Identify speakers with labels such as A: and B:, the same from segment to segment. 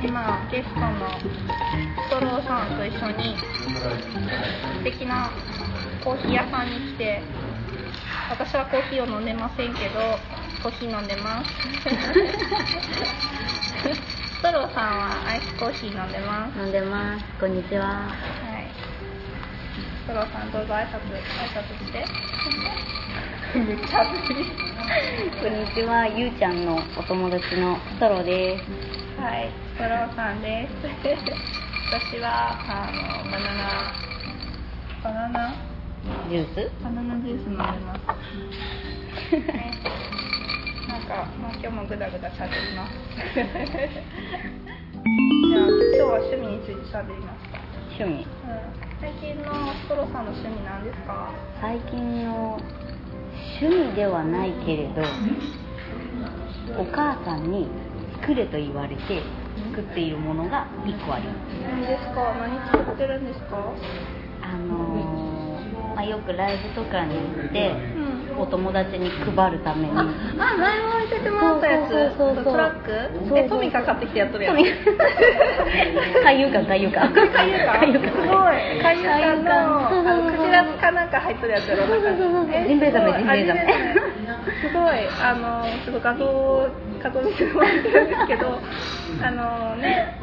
A: ゲストのストローさんと一緒に素敵なコーヒー屋さんに来て私はコーヒーを飲んでませんけどコーヒー飲んでます ストローさんはアイスコーヒー飲んでます、
B: 飲んでます。こんにちは。
A: はい、ストローさんどうぞ挨拶挨拶して
B: めっちゃ暑い。こんにちは。ゆうちゃんのお友達のソロです。
A: はい、ストローさんです。 私はあのバナナバナナ
B: ジュース？
A: バナナジュース飲んでます。ねなんかまあ今日もぐだぐだ喋ります。じゃあ今日は趣味について喋りますか。
B: 趣
A: う
B: 味。
A: ん、最近のストローさんの趣味なんですか。
B: 最近の趣味ではないけれど、お母さんに作れと言われて作っているものが一個あります。
A: 何ですか。何作ってるんですか。
B: あのーまあ、よくライブとかに行って
A: う。ん。
B: お友達に配るために
A: あ、あ、前も見せてもらったやつ、
B: そうそうそうそう
A: トラック
B: そうそう
A: え、トミカ買ってきてやっとるやん。
B: トミかゆかかゆか
A: かゆか
B: かゆか
A: すごいかゆかの
B: そう
A: あ
B: そうそう
A: のクジラかなんか入っとるやつやろ
B: そうそうそうそう
A: え
B: ジンベエザメ
A: すごい
B: ジンベエザメ
A: あすごいあのすごい画像を画像見てもらってるんですけどあのね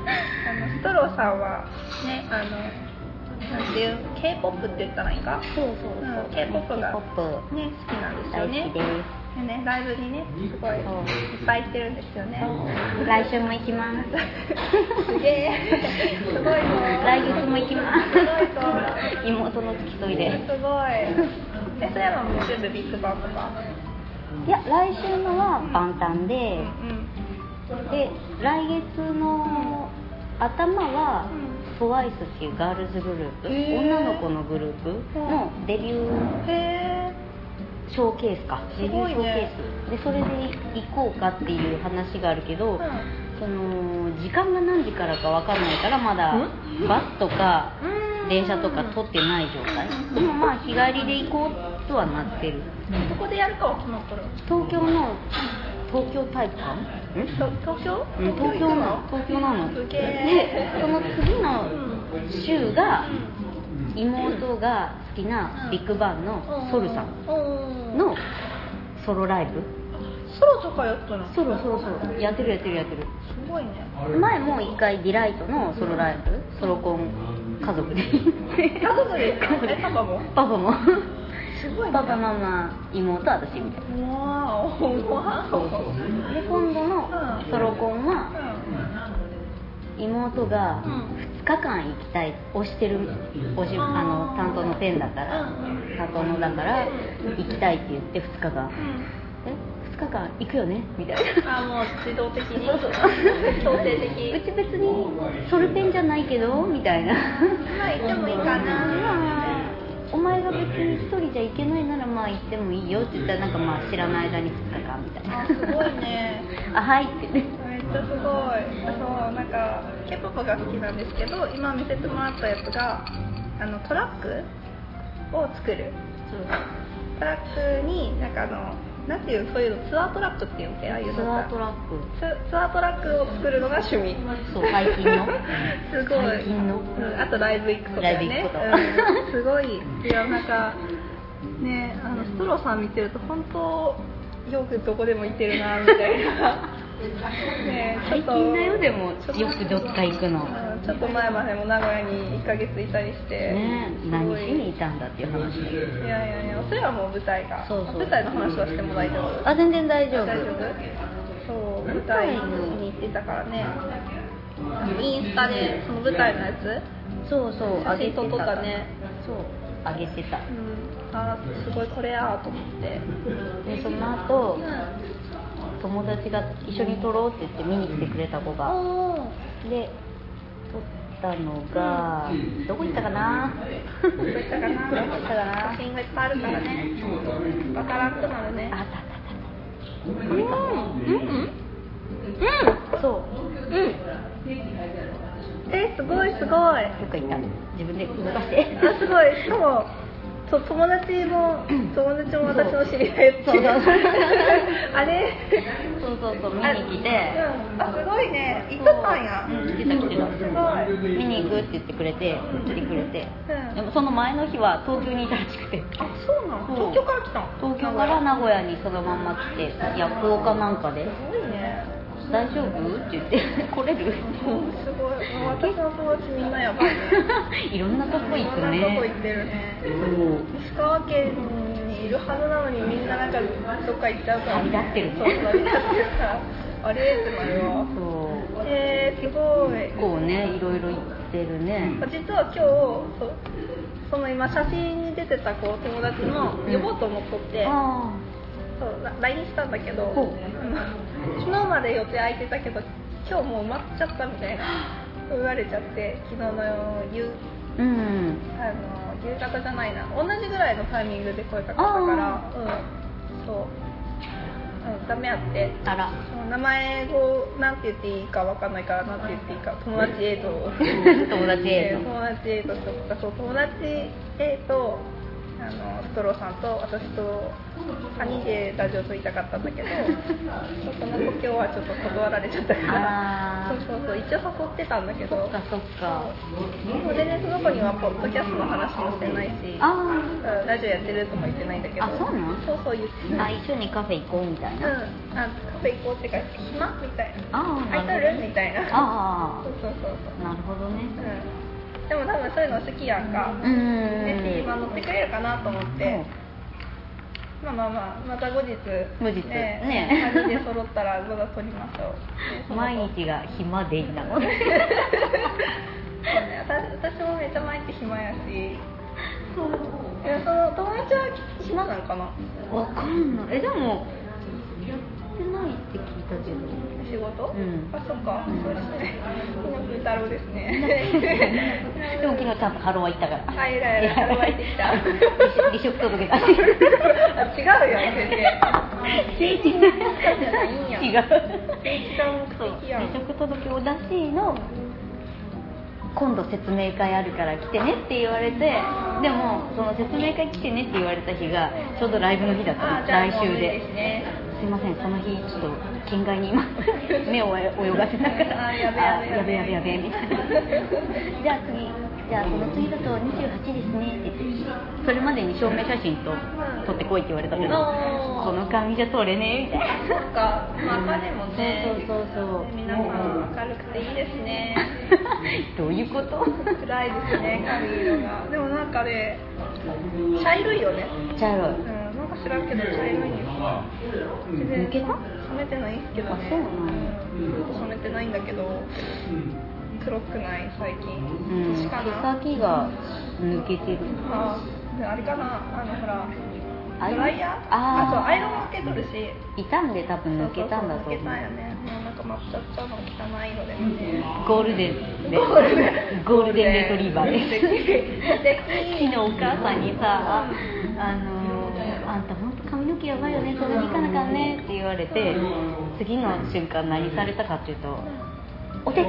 A: あのストローさんはねあのなんていう K-POP って言ったらいいか
B: そうそう
A: う
B: そ
A: ん
B: う
A: K-POP が
B: K-POP
A: ね好きなんですよ
B: 大
A: ね
B: 好きです
A: でねライブにねすごいい
B: そう
A: っぱい行ってるんですよね
B: 来週も行きます
A: すげえすごいぞ
B: 来月も行きます
A: すごいぞ
B: 妹の付き添い
A: すご
B: で
A: い。え、そうやのも全部ビッグバンとか。
B: いや来週のは万端
A: うん
B: でで来月の頭は TWICE っていうガールズグループ
A: へー
B: 女の子のグループのデビュー
A: うん。へ
B: ショーケースか
A: す
B: デビュ
A: ご
B: ー
A: い
B: ショ
A: ね
B: ーケースでそれで行こうかっていう話があるけど、
A: ー
B: その時間が何時からか分かんないからまだ
A: ん
B: バスとか
A: うん
B: 電車とか取ってない状態でもまあ日帰りで行こうとはなってる
A: どこでやるかは決まっとる。
B: 東京の東京体育館ん
A: と東京？
B: うん東京なの東京なの
A: すげ
B: で
A: え。
B: その次
A: う
B: の
A: ん。
B: 週が妹が好きなビッグバンのソルさん
A: ん
B: のソロライブ
A: ソロとかやったの。す
B: ソロソロソロやってるやってるやってる
A: ごいね。
B: 前も一回ディライトのソロライブソロコン家族で
A: 家族ですか？え、パパも？
B: パパも
A: すごいね。
B: パパママ妹私みたい
A: わお。わ
B: な
A: お。
B: そうそうで今度のソロコンは妹が
A: うん
B: 2日間行きたい推してる推しあの担当のペンだから
A: うん
B: 担当のだから行きたいって言って2日
A: うん。う
B: 間
A: ん。
B: え2日間行くよねみたいな
A: あ、もう自動的に。
B: そうそう
A: 強制
B: う
A: 的。
B: ち別にソルペンじゃないけどみたいな
A: まあ行ってもいいかな。
B: お前が別に一人じゃ行けないならまあ行ってもいいよって言ったらなんかまあ知らない間に2日間みたいな
A: あすごいね
B: あはいってね
A: めっちゃすごいそうなんか k p o p が好きなんですけど今見せてもらったやつがあのトラックを作るトラックになんかあのなんていうそういうのツアートラックっていうんけああいう
B: ツ
A: の
B: ア
A: が
B: ートラック
A: ツツアートラックを作るのが趣味
B: そう最近の
A: すごい
B: 最近の
A: うん、あとライブ行くことだよ
B: ライ
A: ね
B: ブ行く
A: うんすごいいやなんかねあのストローさん見てると本当よくどこでも行ってるなみたいな ねちょ
B: 最
A: っと
B: 近だよでもよ
A: ちょっと
B: くどっか行く
A: う
B: の
A: んちょっと前までも名古屋に1ヶ月いたりして
B: ね
A: す
B: 何
A: ご
B: し
A: い
B: にいたんだっていう話だけど
A: いやいやいやそれはもう舞台が
B: そうそう
A: 舞台の話はしても大丈夫
B: あ全然大丈夫
A: 大丈夫そう舞台に行ってたからねあのインスタでその舞台のやつ
B: そうそうあ
A: 写
B: げて
A: 真撮っとったたね
B: そうあげてた
A: うんあーすごいこれやーと思って
B: でその後友達が一緒に撮ろうって言って見に来てくれた子が
A: おー
B: で撮ったのがどこ行ったかな
A: どういったかな
B: どういったかな
A: 写真がいっぱいあるからねわからんくなるね
B: あったあったあっ
A: うんうんうん
B: たそう
A: うんえすごいすごい
B: どっか行った自分で動かして
A: あすごいしかもそう友達も 友達も私の知り合いっていう
B: そうそうそう
A: あれ
B: そうそうそう見に来て
A: うんあすごいね行っとったんや
B: うん来てた来てた
A: すごい
B: 見に行くって言ってくれて来てくれて
A: うん
B: でもその前の日は東京にいたらしくて
A: あそうなの
B: そう
A: 東京から来たの
B: 東京から名古屋にそのまんま来て夜行かなんかです
A: ごいね
B: 「大丈夫?」って言って「来れる?」
A: うんすごいもう私の友達みんなやばいね
B: いろんなとこ行く
A: いろんなとこ行
B: ね
A: ってるね
B: そう
A: 石川県にいるはずなのにみんななんかどっか行っちゃうから
B: 旅立ってるね
A: そう旅立ってるからあれってなるわ
B: そう
A: えー、すごい
B: 結構ねいろいろ行ってるね
A: 実は今日そうその今写真に出てた子友達の
B: うん
A: 呼ぼうと思っとって、
B: あ
A: そうな LINE したんだけど、
B: ほう
A: うん昨日まで予定空いてたけど今日もう埋まっちゃったみたいな言われちゃって昨日の夕
B: あうん
A: あの夕方じゃないな同じぐらいのタイミングで声かかったからうんそう、うん、ダメやって
B: あら
A: その名前をなんて言っていいかわかんないからなんて言っていいか友達 A と
B: 友達 A と
A: 友達 A としとったそう友達 A とあのストローさんと私と3人でラジオ撮りたかったんだけどちょっとなんか今日はちょっと断られちゃったから
B: あ
A: そう
B: ら
A: そうそう一応誘ってたんだけど
B: そっかそっか
A: そう全然その子にはポッドキャストの話もしてないし
B: あ
A: うんラジオやってるとも言ってないんだけど
B: あそうなん
A: そうそう言って
B: ー
A: な
B: あ
A: い
B: 一緒にカフェ行こうみたい
A: うん、あカ
B: な
A: フェ行こうってか暇みたいな
B: ああ
A: 空いとるみたいな
B: あ
A: そうそうそうそう
B: あなるほどね
A: うんでも多分そういうの好きやんか、
B: うん
A: で今乗ってくれるかなと思ってまあまあまあまた後日
B: 後日ね
A: ね3人で揃ったらまだ撮りま しょう、ね
B: そう毎日が暇でいいんだもんね
A: そうね私私もめっちゃ毎日暇やしいやその友達は暇なんかな
B: わかんないえでもやってないって聞いたけ ど
A: 仕事、
B: うん
A: あそっか、
B: うん
A: そうです ねみんな太郎ですね
B: でも昨日ちゃんとハロワ行ったから。
A: あ偉い偉いハロワ行ってき た
B: 離職届 出し
A: あ違うよ全然
B: て。違
A: 違う
B: 違う。
A: 一番
B: そう
A: 目的やん
B: 離職届を出しの。今度説明会あるから来てねって言われてでもその説明会来てねって言われた日がちょうどライブの日だった
A: あ
B: の
A: じゃあ
B: 来週
A: もう無理す
B: で
A: ね
B: すいませんその日ちょっと県外に 今目を泳がせながら
A: あやべやべ
B: あやべやべやべみたいなじゃあ次、じゃあこの次だと28ですねって言って、それまでに証明写真と撮ってこいって言われたけど、
A: おー
B: この紙じゃ撮れねえみたいな。
A: そっか、まあ、彼もね
B: そうそうそうそう
A: 皆さん明るくていいですね
B: どういうこと
A: 暗いですね髪色がでもなんかね茶色いよね
B: 茶色い
A: うん、なんか知らんけど茶色いんです
B: 抜けた
A: 染めてないんですけどね
B: あそうなの
A: うん染めてないんだけど黒くない最
B: う
A: 近
B: ん、
A: 年
B: 毛
A: かな
B: 先が抜けてる。
A: あであれかなあのほら
B: アイロン
A: ドライヤー
B: あー
A: そうアイロンもかけとるし
B: 傷んで多分抜けたんだと
A: そうそうそう抜け
B: 思
A: たんよ
B: う。
A: ねもうなんか抹茶茶の汚いのでね
B: ゴールデンで
A: ゴールデン
B: ゴールデンレトリーバーです。
A: で
B: 昨日お母さんにさ「あのーあんた本当髪の毛やばいよねそんなにいかなかんね」って言われて次の瞬間何されたかっていうと「お手」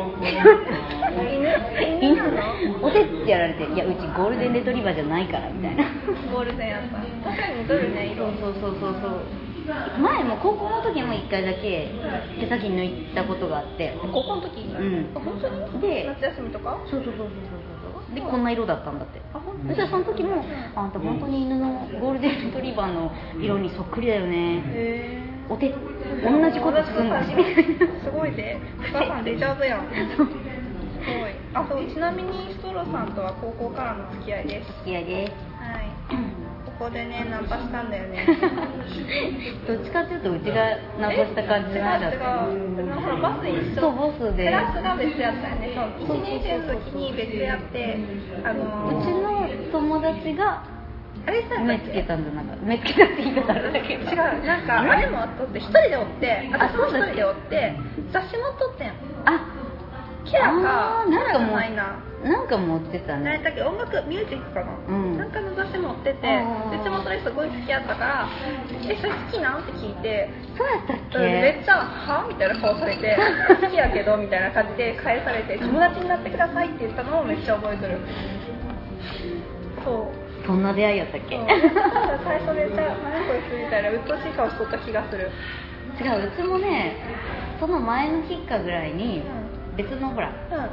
A: 犬犬なの
B: お手ってやられて「いやうちゴールデンレトリバーじゃないから」みたいな
A: ゴールデンやった確かに似とるね
B: そ
A: 色
B: うそうそうそうそう前も高校の時も一回だけ毛先抜いたことがあって
A: 高校の時
B: うん
A: あ本当に
B: で
A: 夏休みとか
B: そうそうそうそうそうそうでこんな色だったんだってそしたらその時も「あんた本当に犬のゴールデンレトリバーの色にそっくりだよね」
A: へえ
B: お手同じことすんだし
A: すごいでお母さんデジャブやんすごいあそうちなみにストローさんとは高校からの付き合いです
B: 付き合いです
A: はいここでねナンパしたんだよね
B: どっちかっていうとうちが ナンパした感じなんだっ
A: え違う違うでもほらバス一緒
B: そうボスで
A: クラスが別やったよねそう1年生の時に別やってあの
B: うちの友達が
A: あれしたんだ
B: 目
A: っ
B: つ
A: け
B: けたんじゃなかった目つけたって言い方あれだけ
A: 違
B: ど
A: うなんかあれもあっとって一人でおって
B: あ
A: 私も一人でおって雑誌も撮ってん
B: あ
A: キラか
B: あーなんか
A: キラじ
B: も
A: ゃ
B: う
A: ないな
B: なんか持ってた
A: 何
B: ね
A: だっけ音楽ミュージックかな、
B: うん
A: なんかの雑誌持ってて
B: あー
A: うちもそれすごい好きやったから「えそれ好きなん?」って聞いて
B: そうやったっ
A: うん
B: け、
A: めっちゃ「は?」みたいな顔され て「好きやけど」みたいな感じで返されて「友達になってください」って言ったのをめっちゃ覚えてるそう
B: そんな出会いやったっけ
A: そう最初めっちゃ何こいつみたいな鬱陶しい顔しとった気がする
B: 違ううちもねその前の日かぐらいに別のほら
A: うんうん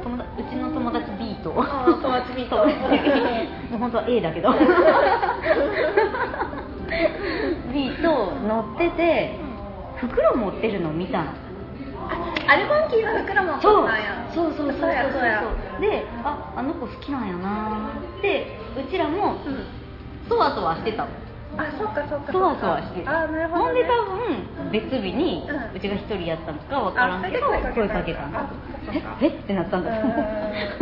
B: 友達うちの友達 B と
A: あー友達 B と
B: 友達 B もう本当は A だけど B と乗ってて袋持ってるの見たの
A: アルバンキーの袋も
B: そう
A: なんや
B: そうそうそうそう
A: そうやそうや
B: でああの子好きなんやなーってうちらも
A: うん
B: そわそわしてたの
A: あそっかそっかそっか
B: そわそわして
A: あなるほど、ね、
B: んで多分別日に
A: うん
B: うちが一人やったのかわからんけど
A: あそれ
B: 声
A: で声
B: か
A: か
B: け
A: け
B: た
A: た
B: ん
A: ん
B: だ
A: だ
B: えっってなったんだと思
A: う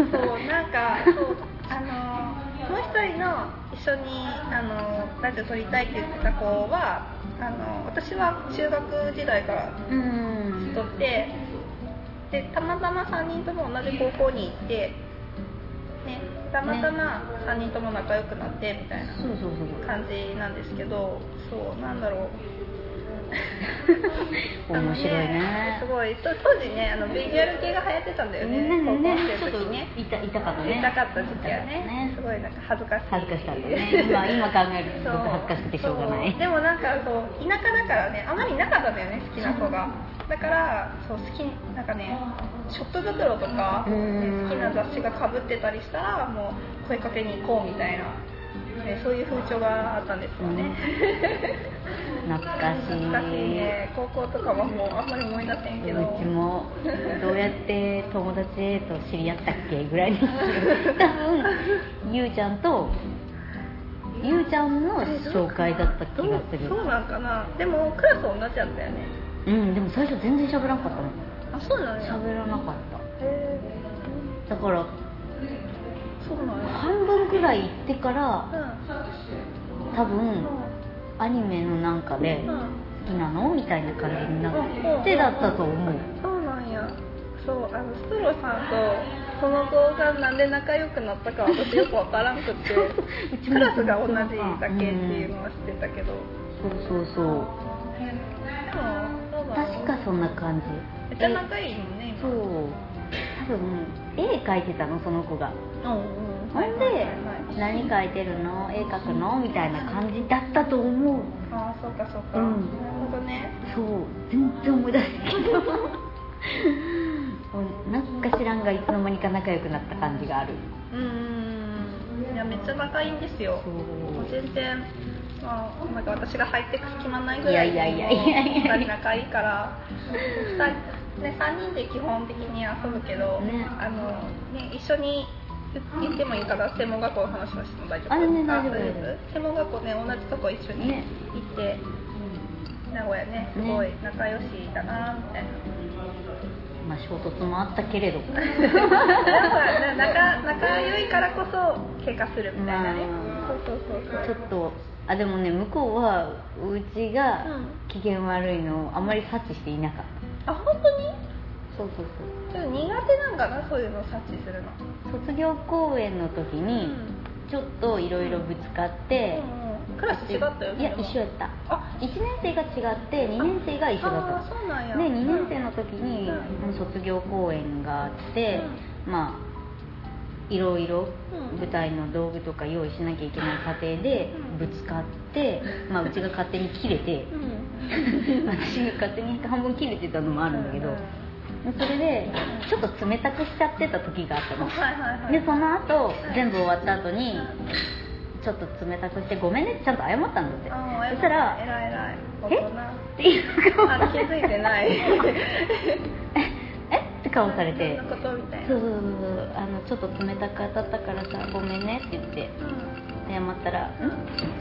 A: ーんそうなんかそうあのもう一人の一緒にあのラジオ撮りたいって言ってた子はあの私は中学時代から
B: うん
A: 撮ってでたまたま3人とも同じ高校に行って、ね、たまたま3人とも仲良くなってみたいな
B: そうそうそう
A: 感じなんですけどそうなんだろう
B: 面白いね
A: あのすごいと当時ねあのビジュアル系が流行ってたんだよね
B: ね
A: 高校生
B: ちょっ
A: の時
B: と
A: ね
B: 痛痛かったね
A: 痛かった時期はね
B: ね
A: すごいなんか恥ずかしい
B: 恥ずかしかった ね今今考えるとす
A: そう
B: ごく恥ずかしくてしょうがない
A: そうでもなんかそう田舎だからねあまりいなかったんだよね好きな子がだからそう好きなんかねショップ袋とか、
B: う
A: ね
B: ん
A: 好きな雑誌がかぶってたりしたらもう声かけに行こうみたいな、ね、そういう風潮があったんですよね、
B: 懐かしい
A: 懐かしいね高校とかはもうあんまり思い出せんけど
B: うちもどうやって友達と知り合ったっけぐらいの多分ゆうちゃんとゆうちゃんの紹介だった気がする
A: どうそうなんかなでもクラス同じだったよね
B: うんでも最初全然喋らなかったもん
A: あそうなんや
B: 喋らなかっ
A: へ
B: ただから
A: ーそうなんや
B: 半分くらい行ってか
A: う
B: ら多分アニメのなんかで
A: んうんうん
B: 好きなのみたいな感じになってだったと思う
A: そうなんやそうあのストローさんとその子がなんで仲良くなったか私よくわからんくって
B: うちも
A: クラスが同じだけっていうのは知ってたけど、
B: そうそうそ
A: で
B: う
A: もそうだ
B: 確かそんな感じ
A: めっちゃ仲いいもんね
B: そ
A: 今
B: う多分絵描いてたのその子が
A: うんうん
B: ほん
A: はいはい
B: で
A: はいはい
B: 「何描いてるの絵描くの?」みたいな感じだったと思う
A: ああそうかそうか、
B: うん
A: なるほどね
B: そう全然思い出せないけどなんか知らんがいつの間にか仲良くなった感じがある
A: うんいやめっちゃ仲いいんですよ
B: そう
A: もう全然、まあ、なんか私が入ってく隙間ないぐらい
B: いやいやいやいやいや
A: もう二人仲いいから2人、ね、3人で基本的に遊ぶけど、
B: ね
A: あのね、一緒に行ってもいいから専門学校の話はしても大丈夫
B: あね大丈夫
A: そうです専門学校ね同じとこ一緒に
B: ね
A: 行って、名古屋ねすごい仲良しだなみたいな。
B: まあ衝突もあったけれどま
A: なんか仲仲良いからこそ経過するみたいなね、
B: あ
A: そうそうそう
B: ち
A: そ
B: ょ
A: う
B: っとあでもね向こうはうちが
A: うん
B: 機嫌悪いのをあまり察知していなかっ
A: あ本当に
B: たそうそう
A: ち
B: そう
A: ょっと苦手なんかなそういうの察知するの
B: 卒業公演の時に
A: うん
B: ちょっといろいろぶつかって、
A: うんうんクラス違ったよね
B: いや
A: でも
B: 一緒やった
A: あ
B: 1年生が違って2年生が一緒だ
A: あー
B: っ
A: そうなんや
B: たで2年生の時に
A: うん
B: うん卒業公演があって、まあいろいろ
A: うん
B: 舞台の道具とか用意しなきゃいけない過程で
A: うん
B: ぶつかって、まあ、うちが勝手に切れて
A: うんうん
B: 私が勝手に半分切れてたのもあるんだけど
A: うん
B: それでちょっと冷たくしちゃってた時があったの
A: はいはいはい
B: でその後
A: うん
B: 全部終わった後に
A: うん
B: ちょっと冷たくしてごめんねってちゃんと謝ったんだって
A: あー
B: そした
A: 偉
B: ら
A: い偉い大
B: えっていう顔
A: 人あ気づいてない
B: えって 顔されて
A: そんなことみたいな
B: そうそうそうそうあのちょっと冷たく当たったからさごめんねって言って
A: うん
B: 謝ったら「ん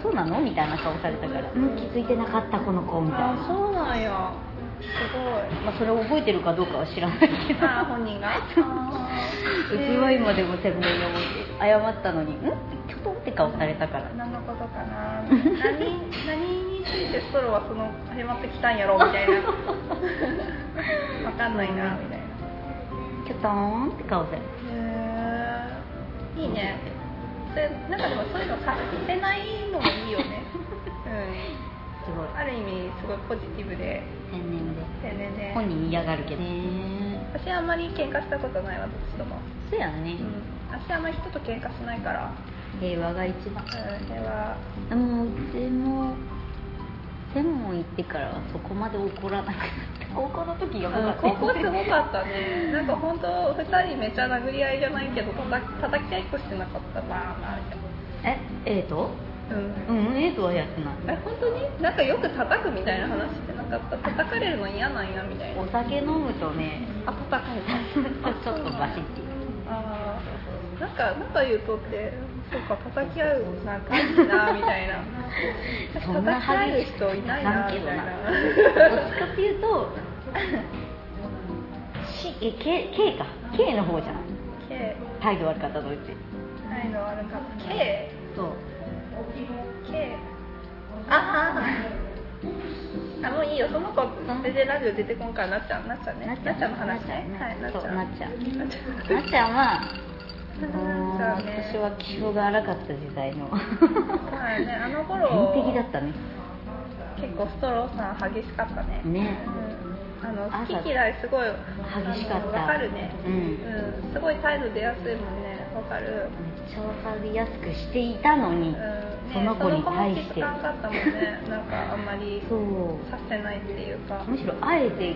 B: そうなの?」みたいな顔されたから「うん気づいてなかったこの子」みたいな
A: あーそうなんやすごい
B: まあ、それを覚えてるか どうかは知らないけど
A: あー本人があ
B: う
A: ー
B: ちは今でも鮮明に思って謝ったのに「んちょっと?」って顔されたから
A: 何のことかな何何についてストローはその始まってきたんやろみたい なわかんないなみたいな
B: キョトーンって顔されて
A: へえいいねそれなんかでもそういうの察してないのもいいよ ね
B: すご
A: う
B: い
A: んある意味すごいポジティブで
B: 天然で
A: 丁寧で
B: 本人嫌がるけどね
A: 私あんまり喧嘩したことないわどっちとも
B: そうやね、
A: うん私あんまり人と喧嘩しないから、
B: 平和が一番
A: うん、平和
B: でもうちも専門行ってからはそこまで怒らなくなった高校の時が
A: うん高校すごかったねなんか本当2人めちゃ殴り合いじゃないけど叩き叩き合いっこしてなかったなあみたい
B: えエイト
A: なうん
B: うんエイトはやってな
A: え
B: い
A: 本当になんかよく叩くみたいな話してなかった叩かれるの嫌なんやみたいな
B: お酒飲むとね
A: あ叩かれた
B: ちょっとバシッて
A: ああなんか仲言うとってそうか叩き合うなんかいいなみたいな
B: そんな
A: 叩き合える
B: 激しく
A: 人いないな
B: け
A: み
B: ど
A: たいな
B: などっちかっていうとし え K, K か K の方じゃない
A: K
B: 態度悪かったドイツ
A: 態度悪かった K
B: そう
A: K あああもういいよその子全然ラジオ出てこんからなっちゃんなっちゃんねな
B: なっ
A: っ
B: ちゃん
A: ちゃんの話ねはい
B: な
A: な
B: っ
A: っ
B: ち
A: ち
B: ゃ
A: ゃ
B: ん
A: ん
B: ねそう
A: なっちゃん
B: なっちゃんはもう
A: なっちゃんね
B: 私は気性が荒かった時代の
A: はいねあの頃
B: 天敵だったね
A: 結構ストローさん激しかったね
B: ね
A: うんあの
B: 朝
A: 好き嫌いすごい
B: 激しかった
A: わかるね
B: うん
A: うんすごい態度出やすいもんねわかる
B: めっちゃわかりやすくしていたの
A: う
B: に、
A: んね
B: その子に対して
A: その子も気づかんかったもんねなんかあんまり
B: そう
A: させないっていうか
B: むしろあえて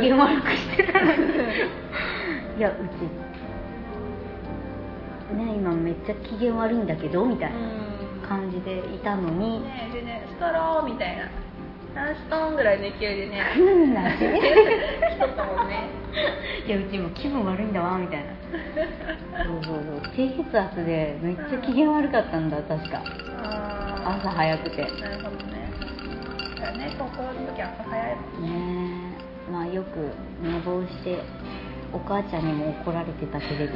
B: 機嫌悪くしてたのにいやうちね今めっちゃ機嫌悪いんだけどみたいな
A: うん
B: 感じでいたのに
A: ねでねストローみたいな何ストーンぐらいの勢いでね
B: 来るんだし
A: 来とったもんね
B: いやうちも気分悪いんだわみたいなそうそうそう低血圧でめっちゃ機嫌悪かったんだ確か
A: あ
B: 朝早くてね
A: ーなるほどねだからね高校の時は朝早いもん
B: えまあよく寝坊してお母ちゃんにも怒られてたけれ ど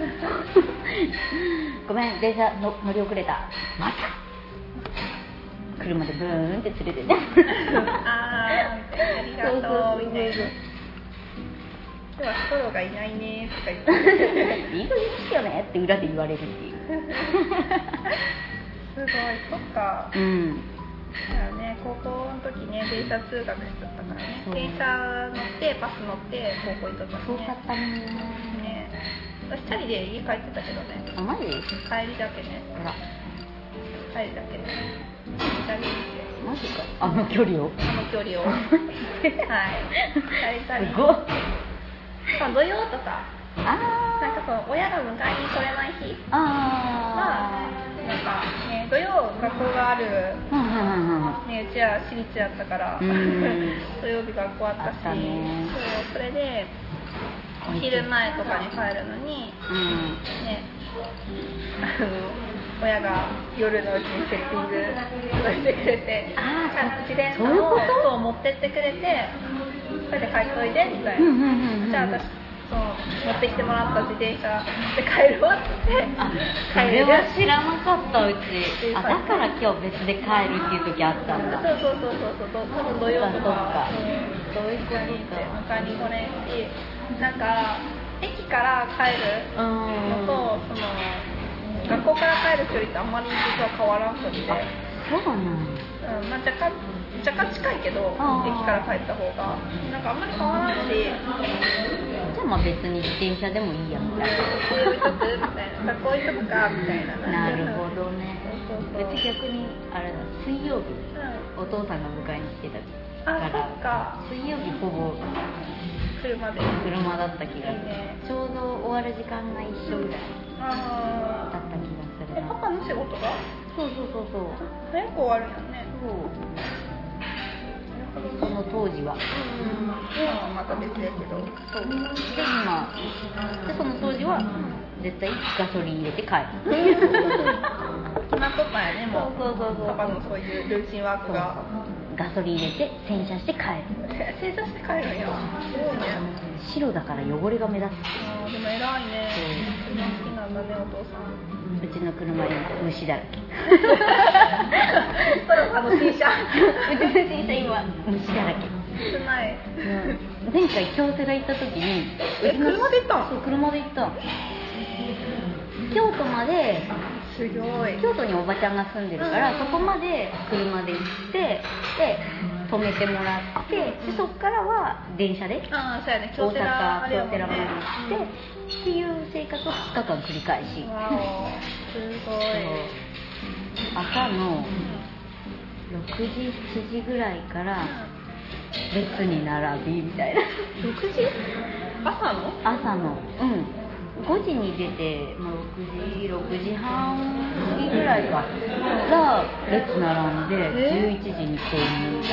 B: ごめん電車の乗り遅れたまた車でブーンって連れてって
A: あーみたいなありがとうみたいな今日はストローがいないねとか言って
B: いい加減にしてよねって裏で言われるっていう
A: すごいそっか
B: うん
A: だからね高校の時ね電車通学しちゃったからね
B: そう
A: 電車乗ってバス乗って高校行っとった
B: そう
A: の
B: だっ
A: ね
B: たね
A: ね私チャリで家帰ってたけどね
B: あマジ
A: 帰りだけね
B: ほら
A: 帰りだけねチャリで
B: マジかあの距離を
A: その距離 をはい帰りたり
B: すごい
A: まあ土曜とか
B: あ
A: なんかその親が迎えに来れない日
B: ーあ
A: はなんかね土曜学校がある
B: ーうんうんうんうん
A: ね、うちは私立やったから、
B: うん
A: 土曜日学校あったし
B: あったね
A: そうそれでお昼前とかに帰るのに
B: うん
A: ねあの親が夜のうちにセッティングしてくれて
B: あー
A: ちゃんと自転車
B: そういうこ
A: を
B: と
A: そう持ってってくれてそれで買いといでみたい
B: うんうん
A: な、
B: うんうん
A: じゃあ私そう持ってきてもらった自転車で帰ろうって
B: あそ
A: 帰
B: れ
A: る
B: は知らなかったうち
A: で
B: あだから今日別で帰るっていう時あったんだ
A: そうそうそうそうそう多分土曜とか
B: そっか
A: うん
B: そういうことか
A: 迎えに行って迎えに来れんしなんか駅から帰る
B: う
A: の
B: ん
A: と、その学校から帰る距離ってあんまり実は変わらんくって、
B: あそうなん
A: うんまあ、若干若干近いけど
B: あー
A: 駅から帰った方がなんかあんまり変わらんし
B: じゃあまあ別に自転車でもいいやみたい
A: 土曜日とくみたいな学校行くとかみたいな
B: ななるほどね
A: そうそうそう
B: 別に逆にあれだ水曜日
A: うん
B: お父さんが迎えに来てた
A: あ
B: から
A: そっか
B: 水曜日ほぼ
A: 車で
B: 車だった気がする
A: いいね
B: ちょうど終わる時間が一緒ぐらい
A: あーえ
B: だった気がする
A: パ
B: な
A: パの仕事が
B: そうそうそうそう
A: 早く終わるよね
B: そうその当時は
A: うんまあまた別やけど
B: そうで今でその当時は絶対ガソリン入 れて帰る
A: 決まっとったんやねもう
B: そうそうそうそう
A: パパのそういうルーチンワークが
B: ガソリン入れて洗車して帰る
A: え正座して帰るんやすごいね
B: 白だから汚れが目立つ
A: あーでも偉いね車好きなんだねお父さん
B: うちの車に虫だら け
A: それはの T シャ
B: うちの自転車今虫だらけ
A: ツ少ない
B: 前回京セラ行った時に
A: え
B: うちの
A: 車で行ったの
B: そう車で行ったの京都まです
A: ごい
B: 京都におばちゃんが住んでるから、
A: うん
B: そこまで車で行ってで止めてもらってでそっからはは電車で
A: ああそうやね
B: 大
A: 京セラ
B: 阪
A: あれや
B: 京
A: もんね
B: セラまで行ってっていう生活を2日間繰り返
A: う
B: し
A: んわお すごい
B: 朝の
A: うん
B: 6時7時ぐらいから列に並びみたいな
A: 6時朝の
B: 朝のうん5時に出て、まあ、6時6時半過ぎぐらいかが列並んで
A: え
B: 11時に購入み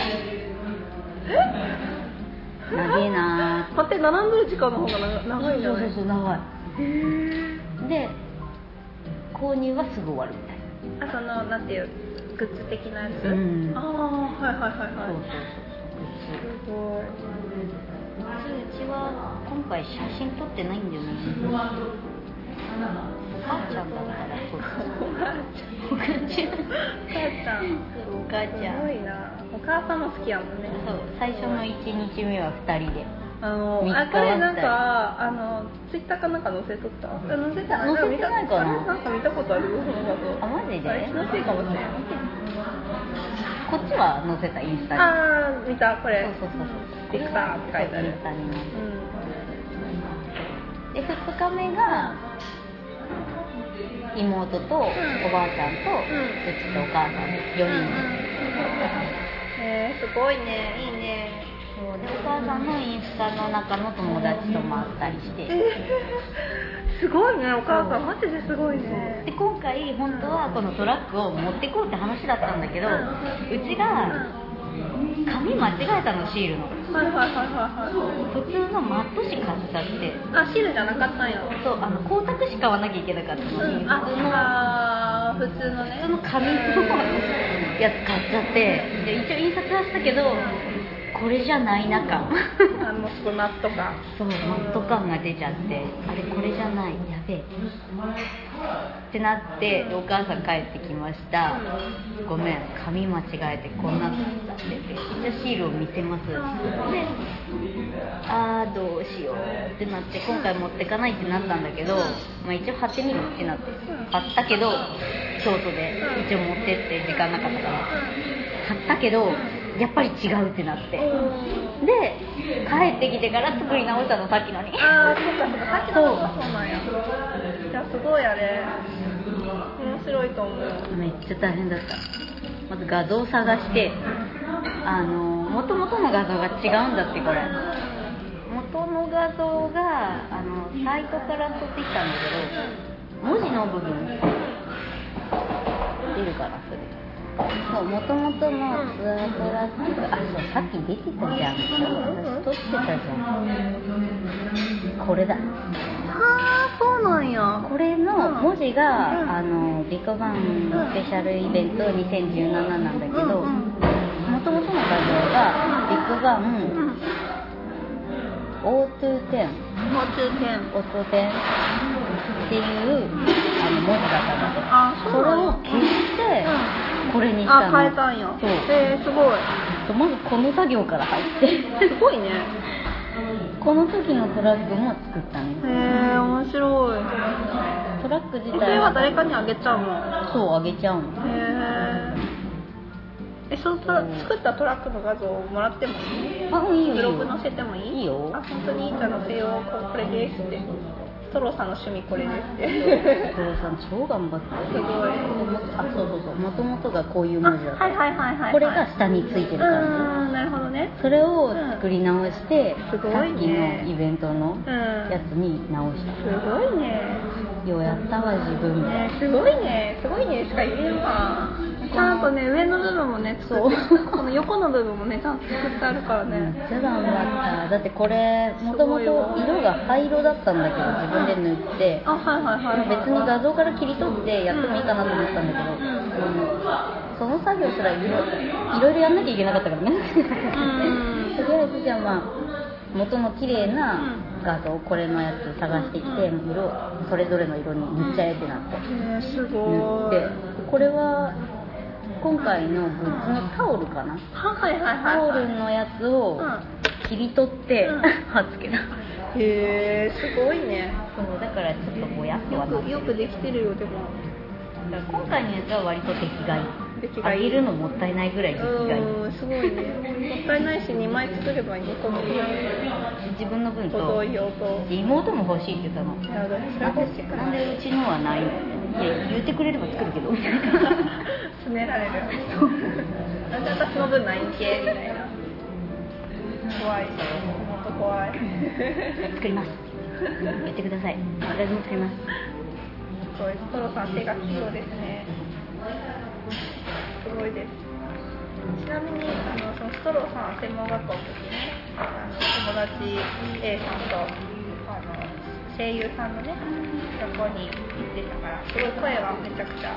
B: たい
A: え
B: な長えなーって
A: 待って並んでる時間の方が長長いんじゃない
B: そうそうそう長いで購入はすぐ終わるみたいな
A: あそのなんていうグッズ的なやつ、
B: うん
A: ああはいはいはいはい
B: そうそうそう
A: すごい
B: 普通うちは今回写真撮ってないんだよねおばあちゃんだからそう
A: おばあちゃん
B: お母ちゃ
A: お
B: ん
A: 母ちゃん
B: お母ちゃ
A: すご
B: ん
A: いなお母さんも好きやもんね
B: そう最初の1日目は2人で
A: あの
B: 見つか
A: あ
B: った
A: これなんかあのツイッターかなんか載せとったあ載せた
B: 載せてないかな
A: あれなんか見たことあるよその画像
B: あマジで
A: あれ気のせいかもしれない
B: こっちは載せたインスタに
A: ああ見たこれ
B: そうそうそうそう
A: できたって書いてあ
B: イ
A: る
B: ンスタに載せた
A: う
B: で2日目が妹とおばあちゃんとうちとお母さん4
A: んうん
B: 人
A: えー、すごいねいいね
B: そうでお母さんのインスタの中の友達とも会ったりして
A: えー、すごいねお母さんマジですごいね
B: で今回本当はこのトラックを持ってこうって話だったんだけどうちが紙間違えたのシールの
A: はいはいはいはいはい
B: 普通のマット紙買っちゃって
A: あシールじゃなかったんや
B: そうあの光沢紙買わなきゃいけなかったのに
A: うん、ああー普通のね
B: その紙のやつ買っちゃってで一応印刷はしたけどこれじゃないな感
A: あもうすごいマット感
B: そうマット感が出ちゃってあれこれじゃないやべえってなってお母さん帰ってきましたごめん紙間違えてこんなの買っちゃっててじゃあシールを見せますでああどうしようってなって今回持ってかないってなったんだけど、まあ、一応貼ってみるってなって貼ったけど京都で一応持ってって時間なかったから貼ったけどやっぱり違うってなって
A: うん
B: で帰ってきてから作り直したのさっきのに
A: ああそっかそっかさっきのはそうなんやいやすごいあれ面白いと思う
B: めっちゃ大変だったまず画像探してあの元々の画像が違うんだってこれ元の画像があのサイトから撮ってきたんだけど文字の部分出るかなそれそう元々のツアートラックあそうさっき出てたじゃん私撮ってたじゃんこれだ
A: ああそうなんや
B: これの文字が、
A: うん
B: あのビッグバンのスペシャルイベント2017なんだけど、
A: うんうん
B: もともとの画像がビッグバ
A: う
B: ン
A: んもう中
B: O210
A: 点
B: O210 っていうあの文字だったんだけど
A: あそう
B: それ
A: なんや
B: を消してこれにした
A: あ
B: の
A: 変えたんや
B: そう
A: えー、すごい
B: そうまずこの作業から入って
A: すごいね
B: この時のトラックも作ったね
A: へえー、面白い
B: トラック自
A: それ
B: 体
A: は誰かにあげちゃうの
B: そうあげちゃうの
A: へええそのトラ作ったトラックの画像をもらってもいい
B: あうんいいよいい
A: ブ
B: よ
A: ログ載せてもいい
B: いいよ
A: あ本当にいいかなせよここれですってトロさんの趣味これですって
B: お父さん超頑張って
A: すごい
B: あそうそうそうもともとがこういう
A: あ
B: 文字だった、
A: はいはいはいはい
B: これが下についてる
A: う
B: 感
A: ーんなるほどね
B: じそれを作り直して、
A: すごいね
B: さっきのイベントの
A: うん
B: やつに直し
A: すごいね
B: た、ようやったわ自分も
A: ねすごいねすごいねしか言えんわちゃんとね上の部分もね作って
B: そう
A: この横の部分もねちゃんと作ってあるから
B: めっ
A: ね
B: ちゃ頑張っただってこれもともと色が灰色だったんだけど自分で塗って
A: あはいはいはいはい
B: 別に画像から切り取ってやってもいいかなと思ったんだけど、その作業すらいろいろいろやんなきゃいけなかったからね、
A: ん
B: とりあえずじゃあまあ元の綺麗な画像これのやつ探してきて、色それぞれの色に塗っちゃえってなって、
A: ねす
B: 塗
A: ご
B: っ
A: い
B: てこれは今回のグッズのタオルかな、
A: はいはいはい
B: タオ
A: はい
B: ルのやつを切り取って、
A: うん
B: 貼っつけた
A: へえすごいね
B: そうだからちょっとぼやっとはなっ
A: よ
B: て
A: くよく
B: る
A: できてるよでも
B: だから今回のやつは割と出来がいい
A: 出来が
B: あ
A: いい
B: げるのもったいないぐらい出来がいい
A: うんすごいねもったいないし2枚作れば2個分
B: 自分の分
A: 保
B: と
A: 存用と
B: 妹も欲しいって言ったの
A: いや私
B: な
A: は
B: んで
A: 欲しいか
B: なん
A: ら
B: でうちのはないのいや言ってくれれば作るけどみ たいな
A: すねられるなんで私の分ないんけみたいな怖い本当怖い
B: 作ります言ってください私も作ります
A: すごいトロさん手が器用ですねすごいですちなみにあのそのストローさん専門学校の時ねあの友達 A さんとあの声優さんのね学校に行ってたからすごい声はめちゃくちゃ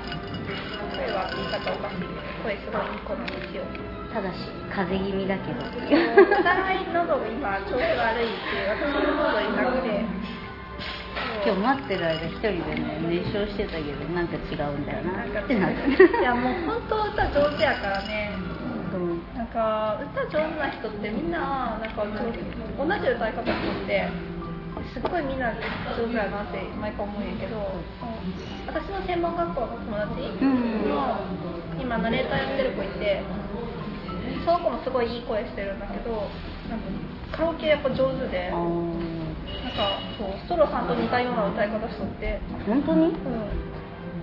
A: 声は言い方おかしいけど声すごいいい子なんですよ
B: ただし風邪気味だけど
A: お互い喉が今調子が悪いっていう私の喉痛くて
B: 今日待ってる間一人でね熱唱してたけどなんか違うんだよ
A: な
B: なんっ
A: か
B: てなっ
A: いやもう本当歌上手やからね
B: たうん
A: なんか歌上手な人ってみんななんか上手同じ歌い方しててすっごいみんな上手やなって毎回思うんやけど私の専門学校の友達
B: うん
A: の今ナレーターやってる子いてその子もすごいいい声してるんだけどなんかカラオケやっぱ上手で
B: あ
A: なんか
B: ー
A: そうストローさんと似たような歌い方しとって。
B: 本当
A: う
B: に
A: ん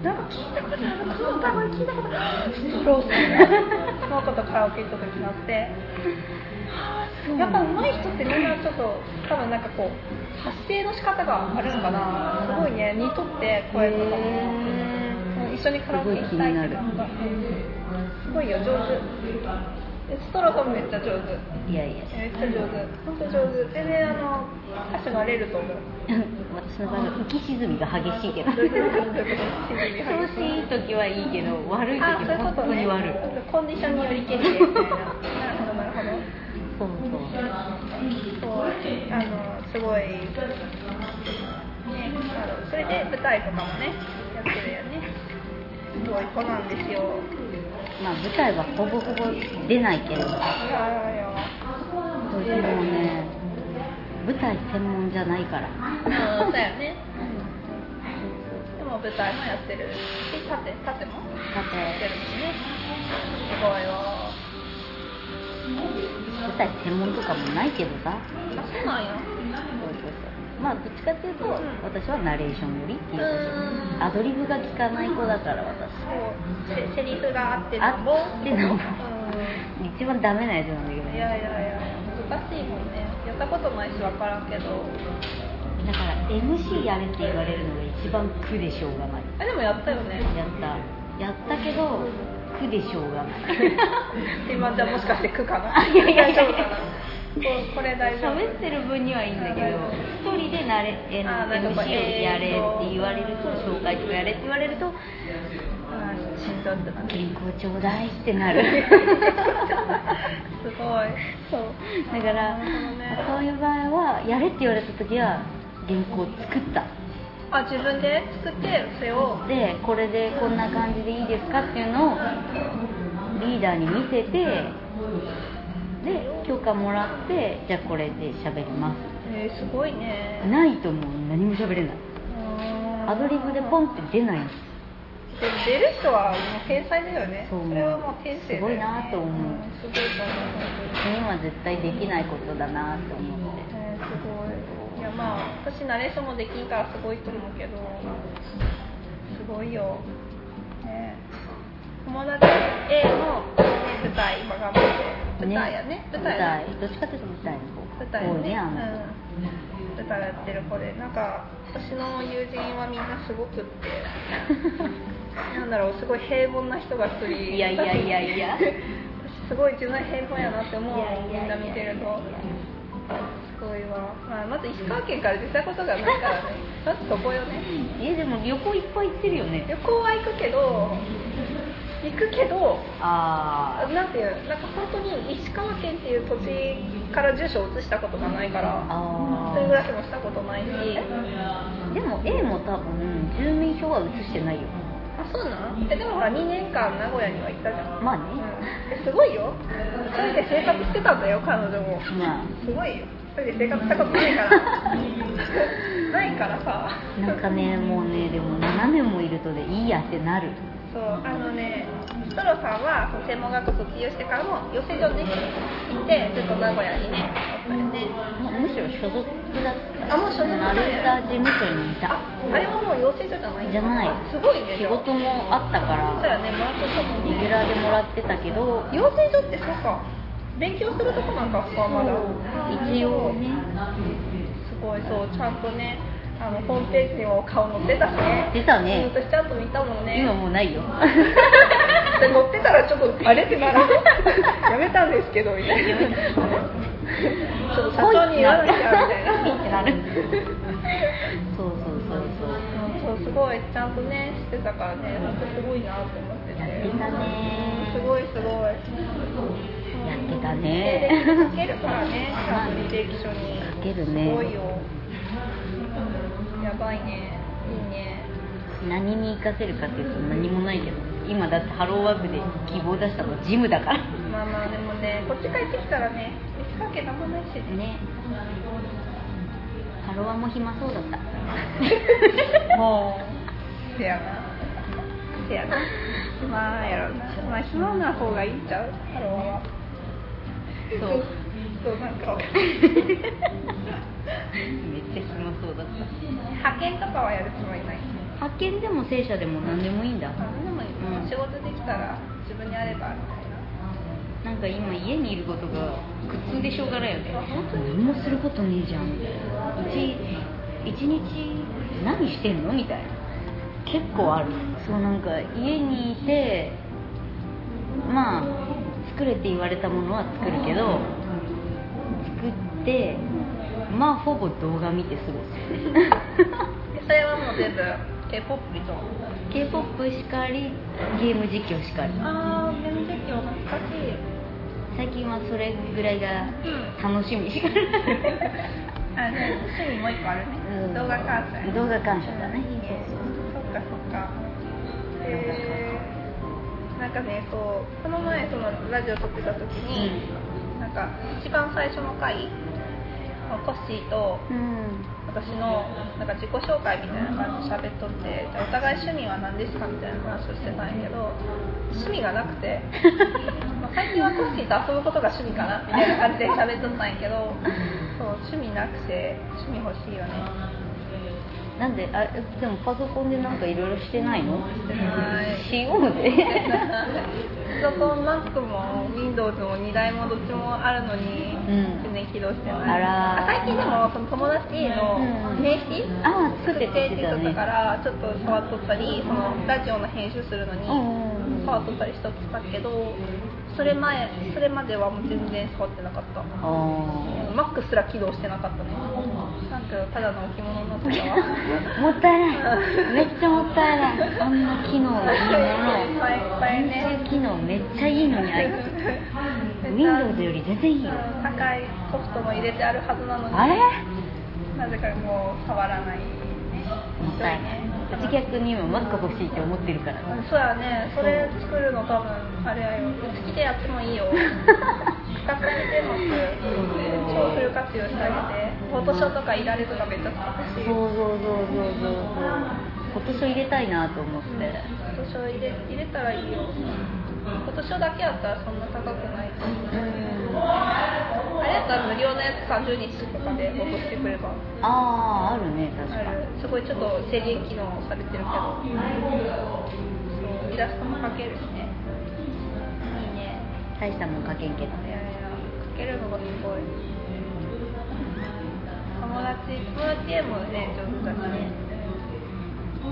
A: なんか聞いたことない、この歌声聞いたことない、ストローさ ん、その子とカラオケ行った時になって、やっぱ上手い人ってみんなちょっと、多分なんかこう、発声の仕方があるのかな、すごいね、似とって、声とかも
B: へー、
A: 一緒にカラオケ行きたいって感じが、すごいよ、上手、ストローさんもめっちゃ上手、
B: いやいや
A: めっちゃ上 手、本当上手、全然あの歌手なれると思う。
B: 私の場合は浮き沈みが激しいけど
A: どういうことどういうこと沈みが
B: 調
A: 激しい
B: 子いい時はいいけど悪い時
A: あそういうことね
B: は本当に悪い
A: コンディションによりけりでみたいななるほどなるほど
B: そうそう
A: そうあのすごいねあのそれで舞台とかもねやってるよねすごい子なんですよ
B: まあ舞台はほぼほぼ出ないけど
A: いやいや
B: どうしてもね舞台専門じゃないから
A: うんそうやねでも舞台もやってるし縦縦も
B: だ
A: やって
B: っ
A: るしねすごいわ
B: て舞台専門とかもないけどさ
A: あそうなんや
B: そうそうそうまあどっちかっていうと私はナレーションよりっていう
A: う
B: か
A: ん
B: アドリブが効かない子だから私
A: そうセセリフがあって
B: あ
A: のも
B: ってのも
A: うん
B: 一番ダメなやつなんだけど
A: い
B: ね
A: やいやいや難しいもんねやったことないし分からんけど
B: だから MC やれって言われるのが一番苦でしょうがない
A: あでもやったよね
B: やったやったけど苦でしょうがない
A: 今じゃもしかして苦かな
B: いやいやいや
A: 大丈夫かなここれ大丈夫
B: 喋ってる分にはいいんだけど一人でなれえ
A: あーなん
B: MC
A: かこう
B: をやれって言われると
A: えーと
B: 紹介とかやれって言われると
A: あーしんどってなる
B: 原稿ちょうだいってなる
A: すごいそう
B: だから
A: なるほどね
B: そういう場合はやれって言われた時は原稿作った
A: あ自分で作ってそれを
B: でこれでこんな感じでいいですかっていうのをリーダーに見せてで許可もらってじゃあこれで喋りま
A: えー、すごいね
B: すないともう何も喋れないう
A: ーん
B: アドリブでポンって出ないんです
A: でも出る人はもう天才だよね
B: そう
A: れはもう天性だよね
B: すごいなと思うん
A: すごいと思う
B: には絶対できないことだなと思って
A: えーすごいいやまあ私ナレーションもできんからすごいと思うけどすごいよ、ね、友達 A の、ね、舞台今頑張って舞台やね舞台や
B: 舞台どっちかっていうと舞台の方
A: 舞台や
B: 多い
A: ね
B: ねあの、
A: うん、舞台やってる子でなんか私の友人はみんなすご くってなんだろうすごい平凡な人が一人
B: いやいやい やいや
A: 私すごい自分は平凡やなって思う
B: いやいやいや
A: みんな見てるとすごいわ、まあ、まず石川県から出たことがないからねまずそこよね
B: えでも旅行いっぱい行ってるよね
A: 旅行は行くけど行くけど
B: あー
A: なんていうなんか本当に石川県っていう土地から住所を移したことがないから一
B: あ
A: 人暮
B: ー
A: らしもしたことないし
B: でも A も多分住民票は移してないよ
A: あそうなんえでもほら2年間名古屋には行ったじゃん、
B: まあね
A: うんえすごいよ一人で生活してたんだよ彼女も
B: まあ
A: すごいよ一人で生活したことないからないからさ
B: なんかねもうねでも7年もいるとでいいやってなる
A: そうあのねストローさんはその専門学校卒業してからも養成所に行ってずっと名古屋にねおったよね
B: むむしろ所属だっ
A: あ
B: た
A: もう所属だ
B: ナレーター事務所にいた
A: ああれはもう養成所じゃないんだ
B: じゃない
A: すごいね
B: 仕事もあったか
A: そうや
B: ら
A: ねもらったとも
B: レギュ
A: ね
B: ラーでもらってたけど
A: 養成所ってそうか勉強するとこなんかはまだ
B: 一応ね
A: すごいそうちゃんとねあのホームページにも顔載ってたしね
B: 出たね
A: 私ちゃんと見たもんね
B: 今もうないよ
A: で乗ってたらちょっとあれってなるやめたんですけどみたいなちょっと社長に言わなきゃみたいな
B: おってなるそうそうそうそう
A: そうすごいちゃんとねしてたからね本当すごいなと思ってて
B: やってたね
A: すごいすごいや
B: やってた
A: で
B: ね
A: かけるからねちゃんと履歴書に
B: かけるね
A: すごいよやばいねいいね
B: 何に活かせるかっていうと何もないけど今だってハローワークで希望出したのジムだから
A: まあまあでもねこっち帰ってきたらね見つかけなんもないしね
B: ねハロワも暇そうだったも
A: せやな。せやな。まあやろな。まあ暇な方がいいんちゃう。ハローは。
B: そう
A: そうなんか。
B: めっちゃ暇そうだっ
A: 派遣とかはやるつもりない。
B: た派遣でも正社でも何でもいいんだ
A: あでも
B: うん
A: 仕事できたら自分にあればみたいな。
B: なんか今家にいることが苦痛でしょうがないよね何もすることねえじゃんみたいな一一日何してんのみたいな結構あるそうなんか家にいてまあ作れって言われたものは作るけど作ってまあほぼ動画見て過ご す
A: えそれはもう全部 K-POP 依存。
B: k p o p しかりゲーム実況しかり
A: ああゲーム実況懐かしい。
B: 最近はそれぐらいが
A: うん。
B: 楽しみしかない
A: あね趣味もう一個あるね。
B: うん
A: 動画鑑賞。
B: 動画鑑賞だ
A: い
B: ね
A: いね。そっかそっか。へーなんかねそうこの前そのラジオ撮ってた時に、なんか一番最初の回コッシーと
B: うん
A: 私のなんか自己紹介みたいな感じで喋っとってでお互い趣味は何ですかみたいな話をしてたんやけど趣味がなく てまあ最近はコッシーと遊ぶことが趣味かなみたいな感じで喋っとったんやけどそう趣味なくて趣味欲しいよ ね
B: なんであえでもパソコンでなんかいろいろしてないの
A: してない
B: しようぜ
A: パソコン Mac も Windows も2台もどっちもあるのに、
B: うん
A: 全然起動してない
B: あらー
A: 最近でもその友達の
B: うん
A: 名刺、
B: あー作ってた
A: 作って言っとったからちょっと触っとったりそのラジオの編集するのに
B: うん
A: 触っとったりしとったけどそれ前それまではもう全然触ってなかった
B: あー
A: Mac すら起動してなかったねなんかただの置物にな ったわ
B: もったいないめっちゃもったいないあんな機能がいい
A: いっぱいいっぱいね
B: ものめっちゃ機能めっちゃいいのにあいつ Windows より全然いいよ
A: 高いソフトも入れてあるはずなのに
B: あれ
A: なぜかもう触らないね
B: もったいないうち逆に今 Mac 欲しいって思ってるから
A: うんそうやねそれ作るの多分あれやようち来てやってもいいよ使ってみても超フル活用してあげてフォトショーとかいられとかめっちゃ使っ
B: そう
A: て
B: そうそうそうそうそう今年入れたいなと思って、
A: フォトショー入れ入れたらいいよフォトショーだけやったらそんな高くないと思うあ
B: うん
A: れやったら無料のやつ30日とかで落としてくれば
B: あああるね確
A: あ
B: かに
A: るすごいちょっと制限機能されてるけどそうイラストも描けるしねいいね
B: 大したもんかけんけど
A: いやいや描けるのがすごい友達友達へもね上手だしねすごい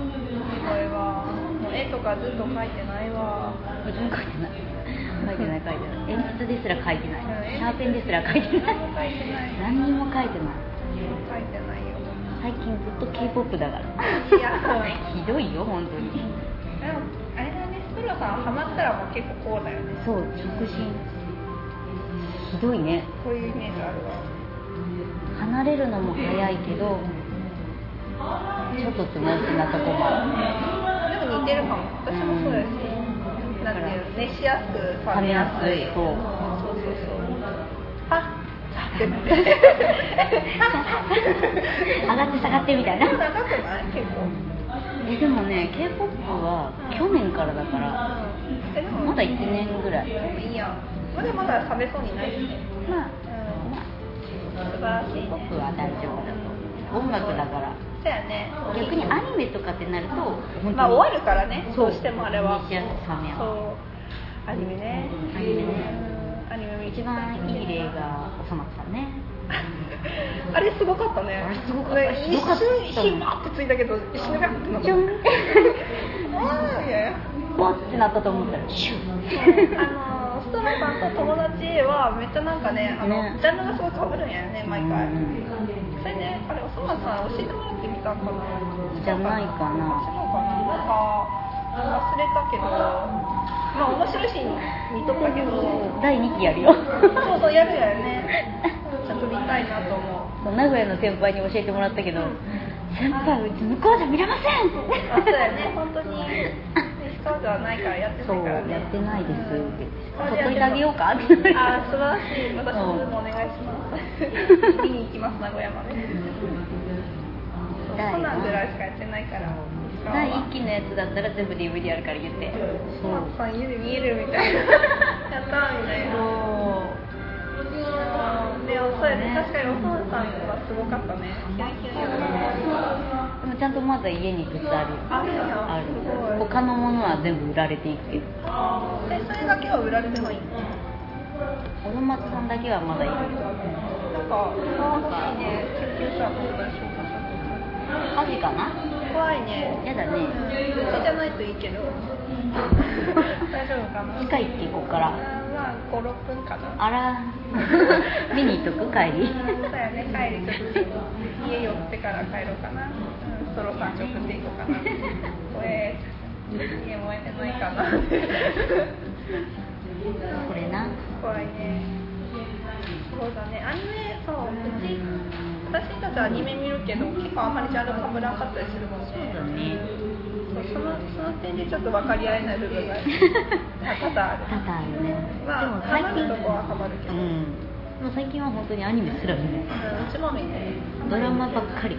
A: わもう絵とかずっと描いてないわ
B: うちも書いてない書いてない書いて ない鉛筆ですら書いてないシャーペンですら書いてない
A: 何も描いてない
B: 何にも書いてない
A: 描いてないよ
B: 最近ずっと k p o p だか
A: い
B: ら
A: や
B: ひどいよ本当に
A: でもあれだねストローさんハマったらもう結構こうだよね
B: そう直進ひどいね
A: こういうイメージあるわ
B: 離れるのも早いけどちょっとつまずきなとこもあるね
A: でも似てるかも私もそうだし、なんていうの熱しやすく冷めやすい
B: 冷めやすいそう
A: そうそうそうあっってなって
B: 上がって下がってみたいな
A: 長 くない結構
B: えでもね k p o p は去年からだから
A: えでも
B: まだ1年ぐらい
A: でもいいやんまだまだ冷めそうにないしね
B: まあ
A: うん
B: まあ
A: 素晴らしい
B: k
A: ね
B: p o p は大丈夫だと思う音楽だから
A: そうやね
B: 逆にアニメとかってなると本当に
A: まあ終わるからね
B: そう
A: どうしてもあれは
B: 見やすさね
A: そうアニメね
B: うんアニメね
A: うんアニメ見
B: 一番いい例が収まったね
A: あれすごかったね
B: あれすごかった
A: 一
B: ひどかった
A: 瞬火バーってついたけど一瞬でバーってなっ
B: ち
A: た
B: ょん
A: あーいやいや
B: わってなったと思ったらシュッ
A: あのストラさんと友達はめっちゃなんかねあの
B: ね
A: ジャンルがすごい被るんやよね毎回
B: うん
A: それであれおそ松さん教えてもらってきたんかな
B: じゃないか
A: 違
B: な
A: うかななんか忘れたけどまあ面白いシーン見とったけ ど
B: 第2期やるよ
A: そうそうやるやよねちょっと見たいなと思う
B: そう名古屋の先輩に教えてもらったけど
A: うん
B: 「先輩うち向こうじゃ見れません!」って
A: あそうやね本当にスカウトはないからやって
B: そ
A: ないうからね
B: やってないですって
A: うん
B: ほっといてあげようかって
A: あー素晴らしい私もお願いします見に行きます名古屋までそう
B: 第
A: コナンぐらいしかやってないから
B: 第1期のやつだったら全部 DVD あるから言って
A: そう
B: そ
A: さ
B: う
A: ん家で見えるみたいなやったーみたいな
B: そう
A: でおそうやね確かにおそうさんはすごかったねキラキラやね
B: でもちゃんとまだ家にずっとあるよ
A: あるや
B: あ
A: んすご
B: る
A: い
B: 他のものは全部売られていくけど
A: えそれだけは売られてない
B: 小野松さんだけはまだいるよ
A: なんか怖いね救急車の話をさせ
B: 火事かな
A: て怖いね
B: やだ
A: うんう
B: ね
A: ちじゃないといいけど大丈夫かな
B: 近いってここから
A: まあ56分かな
B: あら 見に行っとく帰
A: うん
B: り
A: そうやね帰りちょっと家寄ってから帰ろうかな、うん、ソロさんちょっとで行こうかなこれ家燃えてないかな
B: これな
A: 怖いねそうだねアニメそううち私たちはアニメ見るけど結構あんまりジャンルかぶらんかったりするもんね
B: そうだ ね
A: そうそのその点でちょっと分かり合えない部分が多々あ る
B: 多々あるね
A: まあハマるとこはハマるけ
B: う
A: ど、うん
B: んでも最近は本当にアニメすら見ないう
A: ちも見て
B: ドラマばっかり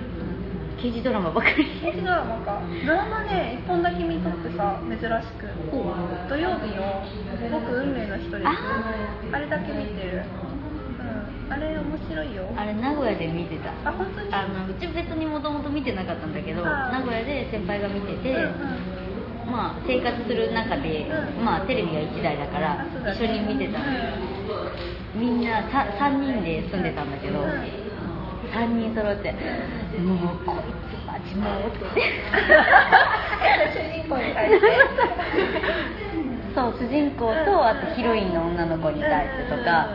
B: 刑事ドラマばっかり
A: 刑事ドラマかドラマね1本だけ見とってさ珍しく
B: おう
A: 土曜日の「僕運命の一人です」
B: あ
A: あれだけ見てる、うん、あれ面白いよ
B: あれ名古屋で見てた
A: あ本当に
B: あのうち別にもともと見てなかったんだけど
A: あー
B: 名古屋で先輩が見
A: う
B: て
A: ん
B: て、まあ、生活する中で、
A: うん
B: まあ、テレビが1台だから
A: あそうだね
B: 一緒に見てたのみんなさ3人で住んでたんだけど、
A: うん
B: 3人揃って「もうこいつマジもう」って
A: 主人公に対して
B: そう主人公とあとヒロインの女の子に対してとか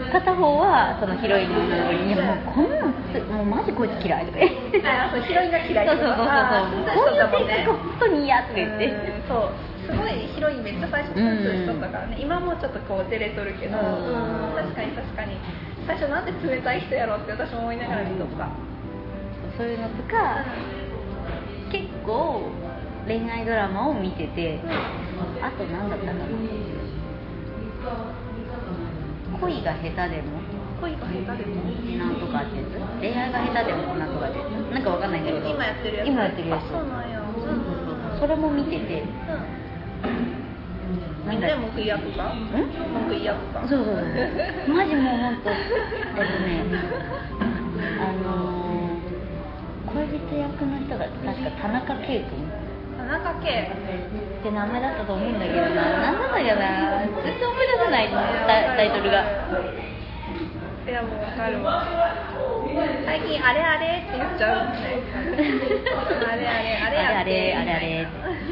A: うん
B: 片方はそのヒロインの女の子に「いやもうこんなんつもうマジこいつ嫌い」とか言って。
A: あそうヒロインが
B: そうそうそうそう。こういう性格
A: 嫌いとかあ
B: 本当に嫌とか言って。
A: うんそうすごいヒロインめっちゃ最初ツンツンしとったからね、今もちょっとこう照れとるけど、
B: うん
A: 確かに確かに最初なんで冷たい人やろうって私も思いながら見とった、
B: そういうのとか、結構恋愛ドラマを見てて、あと何だったかな。恋が下手でも
A: 恋が下手でも
B: なんとかってやつ恋愛が下手でもなんとかってやつなんかわかんないんだけど
A: 今やってるやつ
B: 今やってるや
A: あ
B: つ
A: そうなんや
B: そうそうそうそれも見てて
A: うん、
B: なんだ
A: で文句言い合っとった
B: ん
A: 文句言い合っとった
B: そうそうそうマジもう本当えっとねあのー、恋人役の人が確か田中圭君
A: 田中圭
B: って名前だったと思うんだけどな何だったかな全然思い出せないタタイトルが
A: いやもうわかるわ最近あれあれって言っちゃうもんねあれあれあれや
B: あ
A: っ
B: れ
A: て
B: あれあれ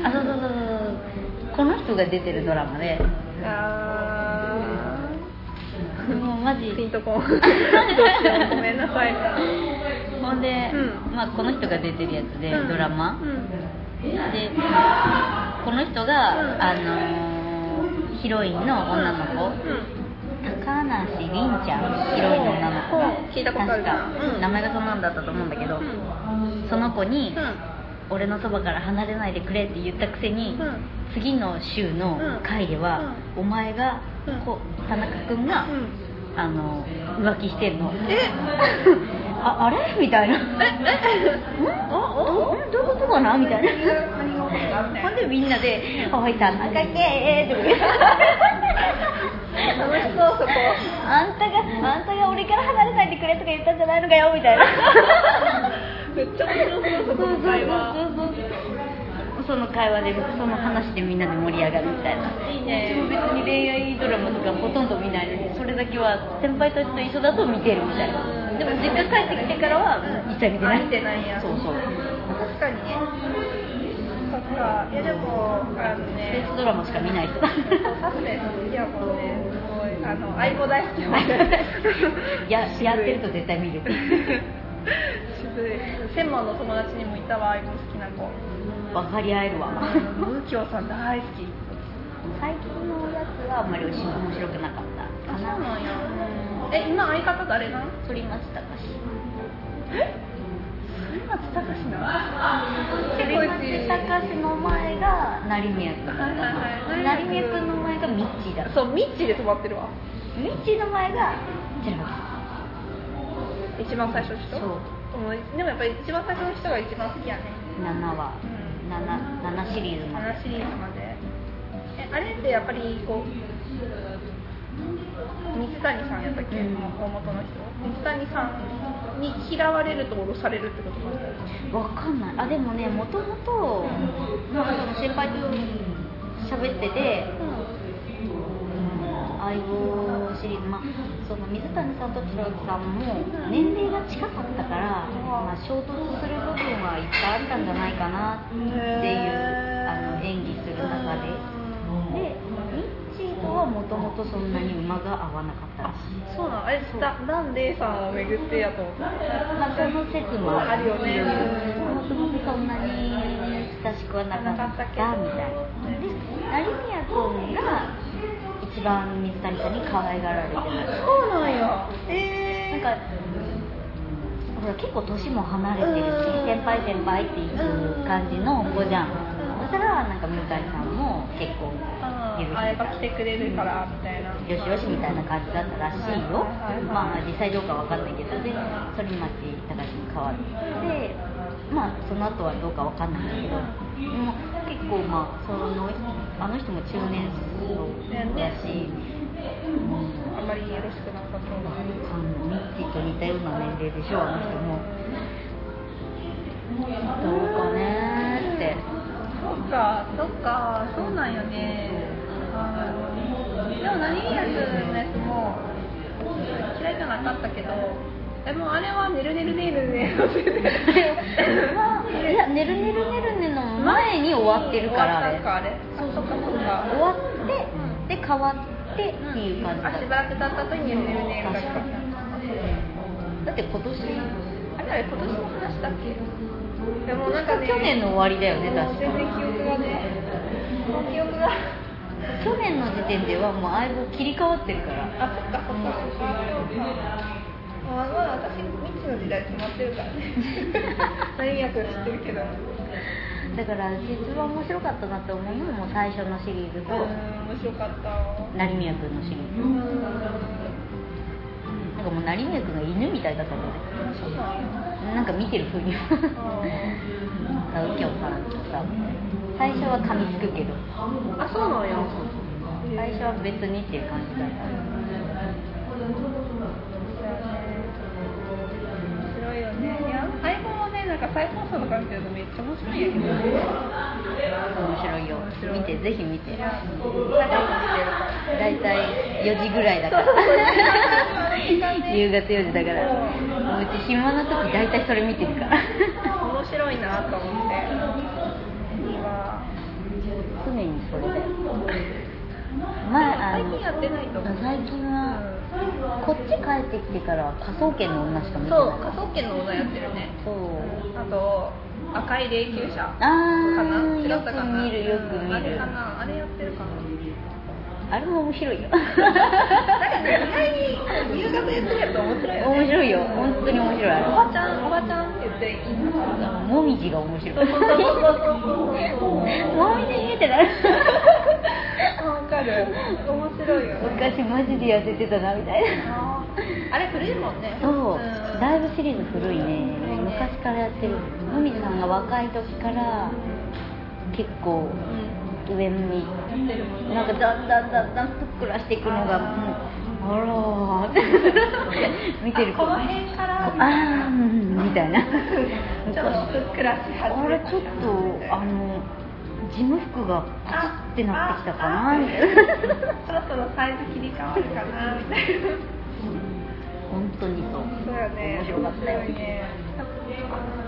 B: あそうそうそうそうこの人が出てるドラマで
A: あ
B: もうマジ
A: ーピンと こんどうしようごめんなさい
B: ほんで、
A: うん
B: まあ、この人が出てるやつで、
A: うん
B: ドラマ、
A: うん
B: でこの
A: う
B: 人が、
A: ん
B: あのーヒロインの女の子、
A: うん
B: 高梨凛ちゃんヒロインの女の子
A: うん聞いたことあるな
B: 確か
A: うん
B: 名前がそんなんだったと思うんだけど、その子に、俺のそばから離れないでくれ」って言ったくせに、
A: うん
B: 次の週の会では、お前が、こう田中君が、
A: うん
B: あの浮気してんの
A: え
B: ああれみたいな
A: おおお
B: んどういうことかなみたいな
A: 何が起こったみたいな
B: ほんでみんなで「おい田中圭」って言って
A: 楽しそうそこ
B: あんたがあんたが俺から離れないでくれとか言ったんじゃないのかよみたいな
A: めっちゃ面白
B: そ
A: そううそう
B: そ
A: こ
B: そ
A: の会話
B: うそうそうその会話でその話でみんなで盛り上がるみたいない
A: いね
B: 私も別に恋愛ドラマとかほとんど見ないのでそれだけは先輩たちと一緒だと見てるみたいなでも実家帰ってきてからは一切見てない
A: あ見てないんや
B: そうそう
A: 確かにねそっかいやでもあの
B: ベ
A: ね
B: ストドラマしか見 ない人
A: サスペンス好きやもんねすごいあの相棒大好きやもん
B: ややってると絶対見る
A: 渋い専門の友達にもいたわ相棒好きな子
B: 分かり合えるわ
A: 右京さん大好き
B: 最近のやつはあんまり面白くなかったかな
A: やえ今相方誰なん
B: 鳥松隆史
A: 反町隆史な
B: 鳥松隆史の前が成宮君だった
A: はいはいはい
B: 成宮君の前がミッチーだった
A: そうミッチーで止まってるわ
B: ミッチーの前が寺脇
A: 一番最初の人
B: そう
A: うんでもやっぱり一番最初の人が一番好きやね
B: 7話
A: うん
B: 7 7シリーズまで
A: 話シリーズまでえあれってやっぱりこう水谷さんやったっけ、
B: うん
A: 大元の人水谷さんに嫌われると殺されるってことか
B: わかんないあでもねもともと先輩と喋ってて相棒シリーズ、まあ、その水谷さんと寺脇さんも年齢が近かったから、まあ、衝突する部分はいっぱいあったんじゃないかなっていう
A: へー
B: あの演技する中で。でミッチーとはもともとそんなに馬が合わなかったらしい
A: そうなのあれ
B: そう
A: だダンデイさんを巡ってやと思った
B: まあ、その説も
A: あるよね
B: もともとそんなに親しくはなかったみたいな。で、成宮君が一番水谷さんに可愛がられてる。
A: そうなんやえ
B: なんか、ほら、結構年も離れてる
A: うん
B: し、先輩先輩っていう感じの子じゃん。そしたら、なんか水谷さんも結構許して
A: 会えば来てくれるからみたいな
B: よしよしみたいな感じだったらしいよ、
A: はいはいはい
B: まあ実際どうかわかんないけどで反町隆史に変わってまあその後はどうかわかんないんだけどでも結構まあそのあの人も中年層だし、
A: あんまりよろしくなさそう
B: ま
A: な
B: あミッチーと似たような年齢でしょあの人もどうかねーって
A: そっか、そっか、そうなんよね。あーでも、何やつのやつも。嫌いじゃなかったけど。でも、あれはねるねるねる ね。
B: まあいや「ねるねるねるね」の前に終わってるからあ
A: 終わった
B: れ
A: んか、あれ。そう、そっか、そっか。
B: 終わって、で変わってっていう感じだ
A: あ、
B: っ
A: しば
B: た、
A: らく経った後にねるねるねるねが来
B: だって今年
A: た。あれ、あれ、今年の話だっけ。でも、なんかね。
B: 去年の終わりだよね
A: もう
B: 確
A: 全然
B: か
A: 記憶がね。もう記憶が。
B: 去年の時点ではもう相棒切り替わってるから
A: あ、そ っか、そっか、そっか。あ、まあ、私、未知の時代止まってる からね。何役知ってるけど。
B: だから一番面白かったなって思うのも最初のシリーズ
A: う
B: と
A: ん、面白かった。
B: 成宮君のシリー
A: う
B: ズ
A: ん。
B: なんかもう成宮君が犬みたいだったもん
A: そうなんや
B: ねなんか見てる風にはなんか右京さんとさ最初は噛みつくけど
A: あ、そうなんや。
B: 最初は別にっていう感じだっ
A: 面白いよね。いや、相棒はね、なんか再放送とか見てるとめっちゃ面白いんやけど。
B: た面白いよ見てぜひ見て
A: いや、仲良く見てるから。
B: 大体4時ぐらいだから
A: そうそうそう
B: 夕方4時だからもううち暇な時大体それ見てるから
A: 面白いなと思って。いいわ。
B: 常にそれで前あ
A: 最
B: の
A: 近やってないと思う。
B: 最近はこっち帰ってきてからは科捜研の女しか見てない
A: そう、科捜研のオーダーやってるね。
B: そう
A: あと、赤い霊柩車
B: あ
A: かな
B: ー
A: 違
B: よ
A: ったかな
B: く見るよく
A: うんあ
B: 見
A: れ
B: る
A: かなあれやってるかな
B: あれも面白い よ
A: なんかね、意外に入学やってるやつ面白いよね。
B: 面白いよ本当に面白いあれ
A: おばちゃん、おばちゃんって言っていいのかな
B: もみじが面白い。
A: そうそうそうそう
B: もみじってなる。
A: わかる。面白いよね。
B: 昔マジで痩せてたなみたいな。
A: あれ古いもんね。
B: そう、
A: ん
B: ライブシリーズ古いね昔からやってるのみさんが若い時から結構
A: うん
B: 上になんかだんだんだんだんふっくらしていくのがもうあらー見て る
A: あこの辺から
B: ああーうんみたいな
A: ちょっとふっくらし始
B: あ
A: め
B: れちょっとあの事務服がパチってなってきたかなみたいな
A: なそろそろサイズ切り替わるかなみたいな
B: 本当にそう
A: そうだね
B: 面白かったよ
A: 面白いねすごいなす
B: ね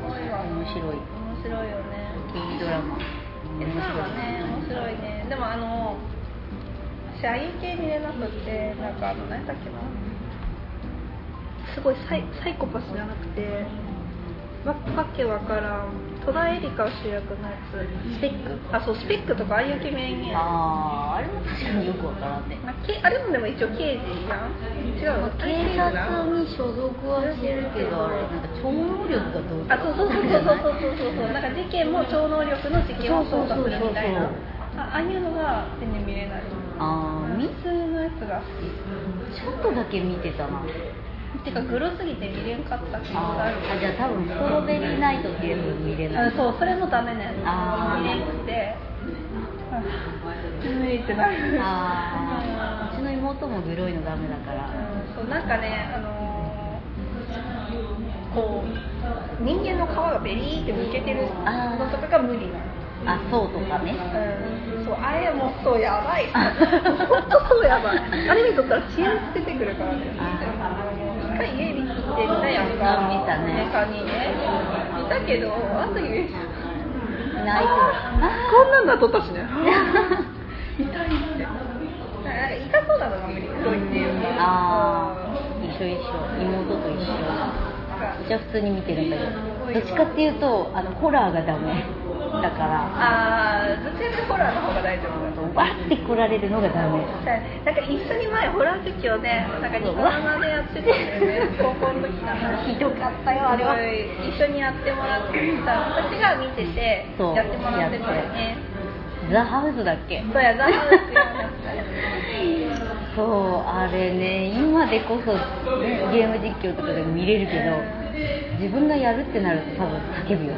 A: ごいわ
B: 面白い
A: 面白いよね
B: いいドラマ
A: えそうだね面白いねでもあの社員系見れなくてなんかあの何だっけなすごいサイサイコパスじゃなくてわわけわからん戸田恵梨香主役のやつスペックあそうスペックとかああいう系メインや
B: あああれも確かによくわからんね
A: まあけあれもでも一応刑事じゃん違う
B: 警察に所属はしてるけどあれなんか超能力がどう
A: あそうそうそうそうそうそうそうそうなんか事件も超能力の事件を操作するみたい
B: そう
A: な
B: そうそう
A: あああいうのが全然見れない
B: あーみ
A: 普通のやつが好
B: ちょっとだけ見てたな
A: きてかグロすぎて見れんかった気があ
B: あ
A: る
B: ーあじゃあ多分ストロベリーナイトっていうの見れない
A: うんそうそれもダメなやつ
B: あー
A: 見れなくて うん無理ってなる
B: あーう
A: う
B: ち
A: ん
B: の妹もグロいのダメだから
A: うんそうなんかねあのーこう人間の皮がベリーってむけてる
B: あー
A: のとかが無理なの
B: あそうとかね
A: うんそうあれもうそうやばい本当そうや ばいあれ見とったら血圧出てくるからね一回家に来てみたやんか
B: 見たね
A: 中にね見たけどあの時
B: 泣い
A: あーこんなんなっとったし ね痛いってなんか痛そうなのが無理
B: て
A: どいっていうか
B: ああ一緒一緒妹と一緒うちは普通に見てるんだけどどっちかっていうとあのホラーがダメだから
A: あーどちらかというとホラーの方が大丈夫だと思う
B: バッて来られるのがダメ
A: なんか一緒に前ホラー劇をね、なんかニコ生でやってたんだよね、高校の時かな。
B: ひどかったよあれは
A: 一緒にやってもらってた、私が見てて、
B: そう
A: やってもらってたよね。
B: ザ・ハウスだっけ
A: そうや、ザワつよね。
B: そうあれね今でこそねゲーム実況とかでも見れるけど自分がやるってなると多分叫ぶよ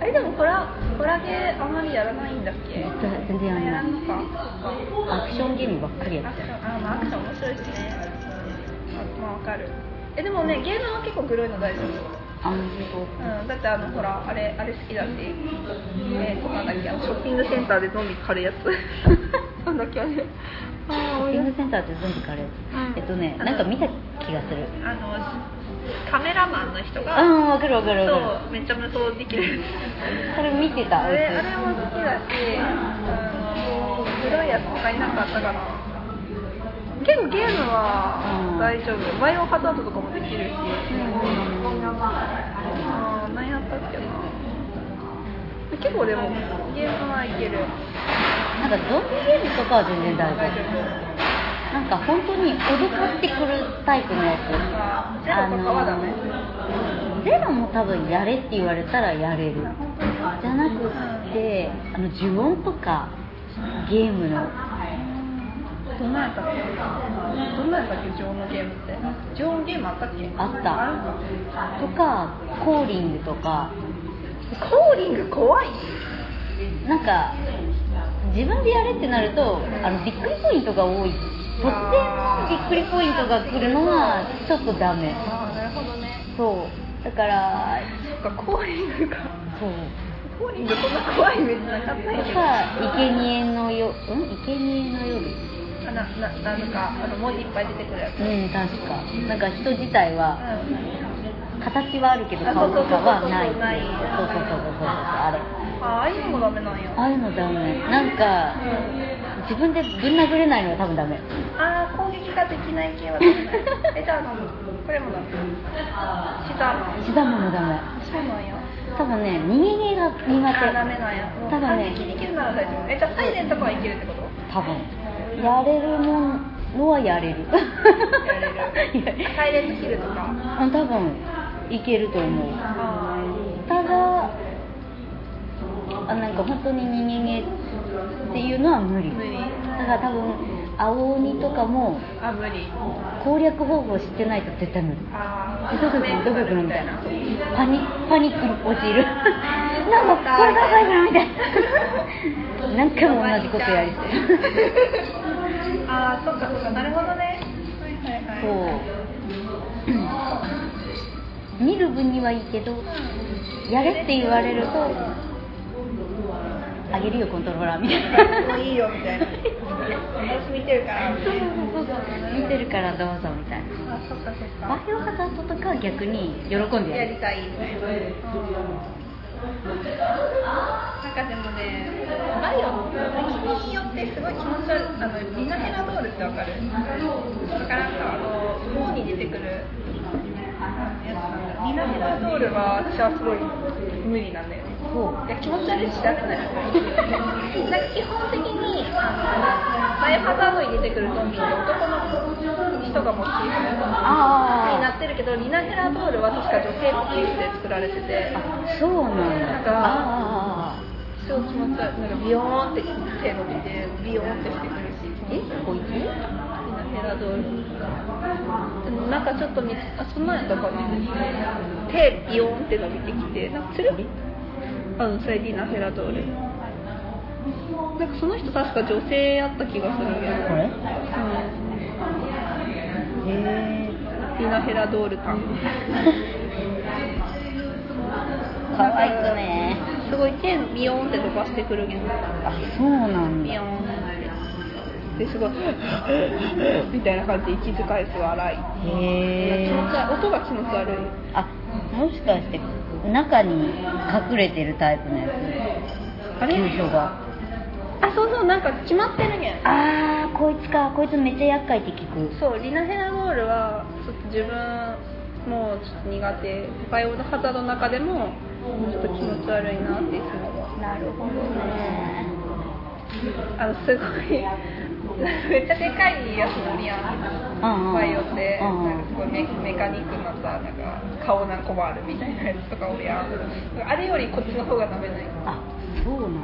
A: あれでもホラー、ホラー系あまりやらないんだっけ
B: 全然
A: や
B: やら
A: ら
B: なんい
A: のか。ア
B: アクションゲームばっかりやっ
A: ク
B: て
A: ショ
B: る
A: ン、あ、まあアクション面白いしね。まあ、まあわかる。え、でもね、ゲームは結構グロいの大丈夫。
B: あのそう
A: うん、だってあのほらあれあれ好きだし、えー、となんだっけあのショッピングセンターでゾンビ狩 るやつなんだっけあ れ
B: ショッピングセンターって全部カレー、
A: うん
B: えっとねなんか見た気がする
A: あのカメラマンの人が、
B: うんわかるわかる
A: そ
B: わか
A: うめっちゃ無双できる
B: るそれ見てた
A: あれ
B: うち
A: あれも好きだしあの黒いやつ他になかったから結構ゲーム
B: う
A: は
B: ん
A: 大丈夫、バイオハザードとかもできるし、あー何やったっけな結構でもゲームはいける
B: なんかゾンビゲームとかは全然大丈夫なんか本当に脅かってくるタイプのや
A: あ
B: つ
A: ゼロとかはダメ
B: ゼロも多分やれって言われたらやれるじゃなくってあの呪音とかゲームの
A: どんなんやったっけどんなんやったっけ常温のゲームって常温ゲームあったっけ
B: あったとかコーリングとか
A: たコーリング怖い
B: なんか自分でやれってなるとあのびっくりポイントが多い突然びっくりポイントが来るのはちょっとダメ
A: ああなるほどね
B: そうだから
A: そっかコーリングか
B: そう
A: コーリングそんな怖いイメージなかったん
B: と
A: やけど
B: か、生贄のよ、うん、生贄の夜。
A: あなななんかあの文字いっぱい出てくるやつ
B: うん、確か、なんか人自体は、
A: うん
B: 形はあるけど、
A: あ
B: 顔とかはない。
A: そうそうそうそうない
B: そうそうそうそうそう、あれ。
A: あああいうのもダメなんや
B: ああいうのダメ、なんか、自分でぶん殴れないのは多分ダメ。
A: ああ攻撃ができない系はダメだえ じゃああのこれもダメシザーマン
B: シダマもダメ。
A: そうなんや
B: 多分ね、逃げ毛が
A: あダ
B: 苦
A: メなんやもう
B: ただ
A: 反
B: ね
A: 撃できるなら大丈夫えじゃあサイレンとかはいけるってこと
B: 手。多分。やれるものはやれ
A: や
B: る。
A: れるサイレントキルとか
B: うん多分、いけると思う。
A: あ
B: ただあなんか本当に人間っていうのは無理
A: 無理
B: だから多分青鬼とかも
A: あ無理
B: 攻略方法知ってないと絶対無理
A: あ
B: えどこ行くのどこ行くのみたいなパニパニックに陥 るなんかこれがいじゃんみたい な何回も同じことやりそう
A: あーそっかそっかなるほどねはいはいはい
B: そう見る分にはいいけど
A: うん
B: やれって言われるとあげるよコントローラーみたいな
A: もういいよみたいな私見てるからみたいな
B: 見てるからどうぞみたいな
A: あそっかそっ
B: バ
A: か
B: イオハザードとかは逆に喜んでや
A: や
B: る
A: りたいみたいななんかでもねバイオって君によってすごい気持ち悪いあのリナヘラドールってわかるわからんかあの本に出てくるやつなんだリナヘラドールは私はすごい無理なんだよね
B: そう
A: いや気持ち悪いしダメだよなんか基本的にあのバイオハザードに出てくるゾンビって男の人がモチーフにな
B: あ
A: ってるけどリナヘラドールは確か女性モチーフで作られてて
B: ーあそうなんだ
A: なんか
B: あー
A: すごい気持ち悪いなんかビヨーンって手伸びてビヨーンってしてくるし
B: えこいつ
A: リナヘラドールでもなんかちょっとみあそんなんやったかな手ビヨーンって伸びてきてなんかつるっあのそれリナ・ヘラドールなんかその人確か女性やった気がするけど、
B: これ
A: うん、
B: へ
A: リナ・ヘラドール感
B: えかわいくね
A: すごい手ビヨーンって伸ばしてくるけど
B: あそうなん
A: ビヨ
B: だ
A: ーンってですごい みたいな感じで息遣いすごい荒い
B: へ
A: 気
B: え
A: 持ち悪い音が気持ち悪い
B: あもしかして中に隠れてるタイプのやつ
A: あれ
B: 住所が
A: あそうそうなんか決まってるけん
B: あーこいつかこいつめっちゃ厄介って聞く
A: そうリナ・ヘラドールはちょっと自分もうちょっと苦手バイオハザードの中でもちょっと気持ち悪いなっていつも思う
B: なるほどね
A: あのすごい めっちゃでかいやつ乗りやん
B: うんうん
A: バイオって
B: うん
A: なんかすごいメメカニックなさなんか顔何個もあるみたいなやつとかおるやんあれよりこっちの方がダメない
B: あそうなんだ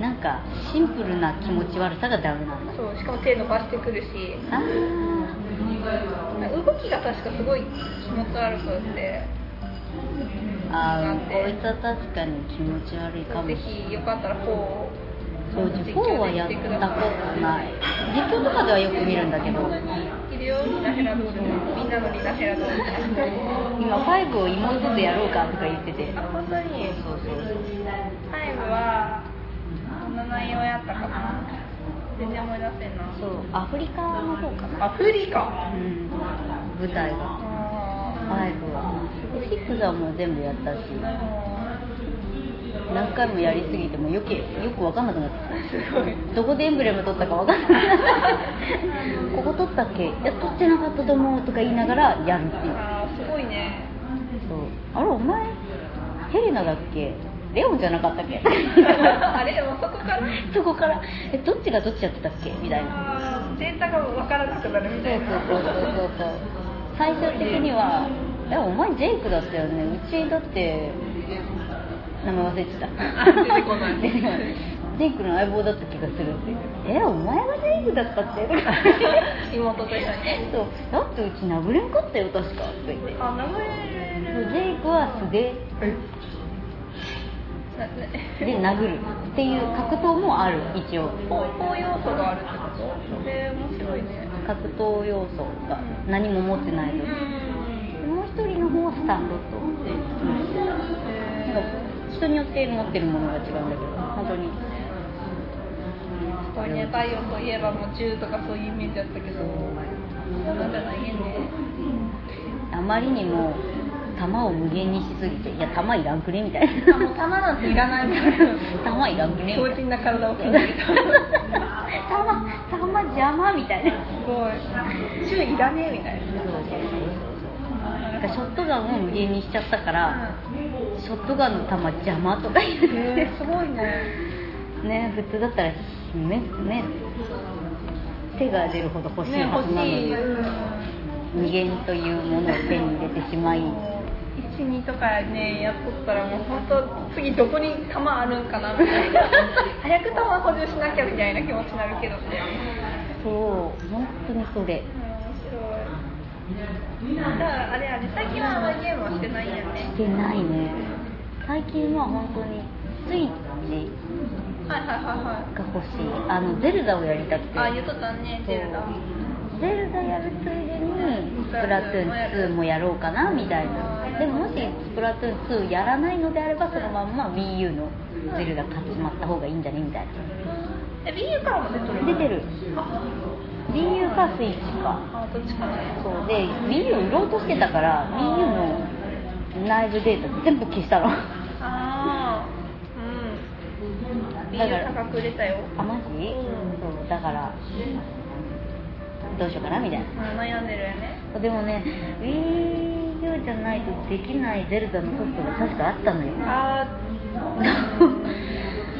B: なんかシンプルな気持ち悪さがダメなんだ
A: そうしかも手伸ばしてくるし
B: ああ
A: なんか動きが確かすごい気持ち悪くって
B: あーこいつは確かに気持ち悪いかもし
A: ぜ
B: れない
A: ひよかったらフォーを
B: そう自分はやったことない実況とかではよく見るんだけど
A: いるよリナヘラドールみんなのリナヘラドール
B: 今5を妹でやろうかとか言ってて
A: あ本当に
B: そうそうそう
A: タイムはどんな内容やったかな全然思い出せんな
B: そうアフリカの方かな
A: アフリカ
B: うん舞台が
A: あ
B: 5は6はもう全部やったし
A: ーなるほ
B: 何回もやりすぎてもよけよく分かんなくなっ
A: ど
B: て
A: すごい
B: きたどこでエンブレム取ったか分かんなくなってきたここ取ったっけいや取ってなかったと思うとか言いながらやるっていう
A: あーすごい ね
B: そうあれお前ヘレナだっけレオンじゃなかったっ け
A: あれもうそこから
B: そこからえどっちがどっちやってたっけみたいな
A: あーデータがわからなくなるみたいな
B: そうそう そうそうそう最終的には「えお前ジェイクだったよねうちだって名前忘れて
A: あ
B: た
A: 出てこない
B: 出てこないジェイクの相棒だった気がするって「えお前がジェイクだった って?」
A: 妹と一緒に
B: そうだってうち殴れんかったよ確か」って言って
A: あ名前
B: そうジェイクは素で
A: なね
B: で殴るっていう格闘もある一応
A: 方向要素があるってことへえ面白いね
B: 格闘要素が何も持ってないのでもう一人の方はスタンドとってなんか人によって持ってるものが違うんだけど本当に
A: すごいねバイオといえばもう銃とかそういうイメージだったけどそうなんじゃないね
B: あまりにも弾を無限にしすぎていや弾いらんくねみたい
A: あもう弾なんていらないみたい
B: な弾いらんくねみ
A: 強
B: たい
A: 靭
B: な
A: な体を感じる
B: 弾弾邪魔みたいな
A: すごい銃いらねえみたい
B: そうそうそうなんかシ
A: な
B: ョットガンを無限にしちゃったから、ショットガンの弾邪魔とか言って
A: うんへえすごいね
B: ね普通だったらねね手が出るほど欲しい
A: ね
B: は
A: 欲
B: ずなの
A: し
B: に、
A: いうん
B: 無限というものを手に入れてしまい
A: 一死にとかねやっとったらもう本当次どこに弾あるんかなみたいな早く弾補充しなきゃみたいな気持ちになるけどね
B: そう本当にそれ
A: 面白いだからあれあれ最近はあんまりゲームはしてないんやね
B: してないね最近は本当にスイッチ
A: はいはいはいはい
B: が欲しいあのゼルダをやりたくて
A: あ言っとったねゼルダ
B: そうゼルダやるついでにスプラトゥーン2もやろうかなみたいなでももしスプラトゥーン2やらないのであればそのまんま WiiU のゼルダ買ってしまった方がいいんじゃねみたいな
A: え BU からも出てる
B: 出てる
A: あ
B: WiiU かスイッチか
A: あどっちかね
B: そうで WiiU 売ろうとしてたから WiiU の内部データ全部消したの
A: ああうん
B: だから
A: BU 高く売れたよ
B: あマジそうだからどうしようかなみたいな
A: あ悩んでるよね
B: でもね WiiU じゃないとできないゼルダのソフトが確かあったのよ
A: ああそ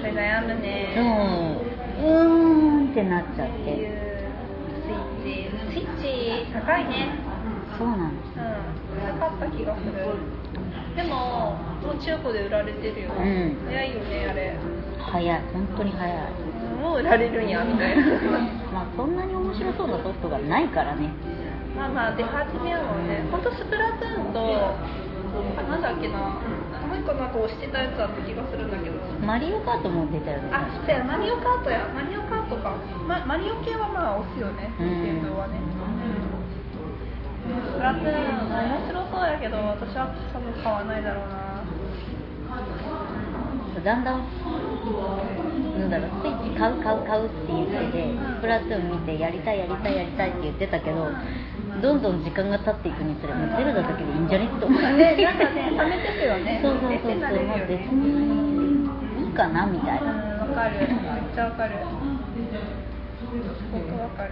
A: れ悩むね
B: でもうーんってなっちゃっ
A: って
B: て
A: スイッチスイッチ高いね
B: そうなんで
A: うん高かった気がするでももう中古で売られてるよ、
B: うん
A: 早いよねあれ
B: す早い本当に早い
A: もう売られるんやみたいな
B: まあそんなに面白そうなソフトがないからね
A: まあまあ出始めやもんね本当スプラトゥーンとあなんだっけなもう一個なんか押してたやつあった気がするんだけど
B: マリオカートも出たよね
A: あそうやマリオカートやマリオカートか、ま、マリオ系はまあ押すよね
B: うん
A: 電動はね、うん、スプラトゥーン面白そうやけど私は多分買わないだろうな
B: だんだんなんだろうスイッチ買う買う買うって言っててスプラトゥーン見てやりたいやりたいやりたいって言ってたけどどんどん時間が経っていくにつれもうゼルダだけでいいんじゃねって思って
A: ねなんかね貯めてくよね
B: そうそうそうそう
A: エッセ
B: も
A: なれるよ
B: う別
A: ね
B: にいいかなみたいな
A: うんわかるめっちゃわかるすごくわかる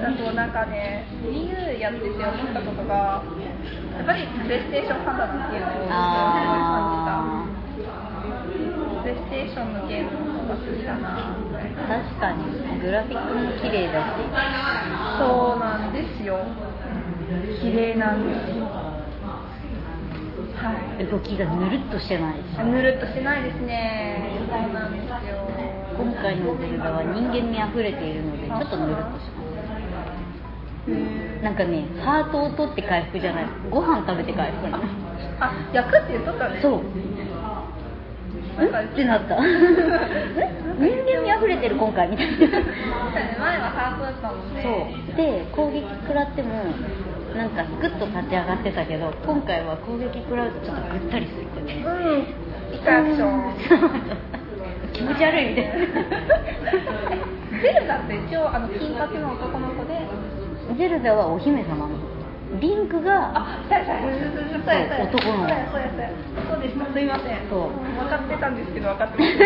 A: あとなんかね EU やってて思ったことがやっぱりプレイステーション派だなっていうのを
B: あ
A: 感じたプレイステーションのゲームの方が好きだな
B: 確かにグラフィックも綺麗だし
A: そうなんですよ綺麗なんですよはい
B: 動きがぬるっとしてない
A: あぬるっとしないですねそうなんですよ
B: 今回のゼルダは人間味あふれているのでちょっとぬるっとしま
A: うん
B: すなんかねハートを取って回復じゃないご飯食べて回復なの
A: あ、焼くって言っとったね。
B: そう
A: なん
B: え
A: か
B: ってなった え人間味あふれてる今回みたいな
A: 前はハートだったもんね。
B: そうで攻撃食らってもなんかグッと立ち上がってたけど今回は攻撃食らうとちょっとぐったりするよね
A: うん。一回アクショ ン。
B: 気持ち悪いみたい
A: ゼルダって一応あの金髪の男の子で。
B: なゼルダはお姫様なのリンクが
A: あ、そうやそうやそうやそうや
B: 男の子
A: そうやそうやそうやそうでした。すいません。
B: そう
A: 分かってたんですけど分かってません。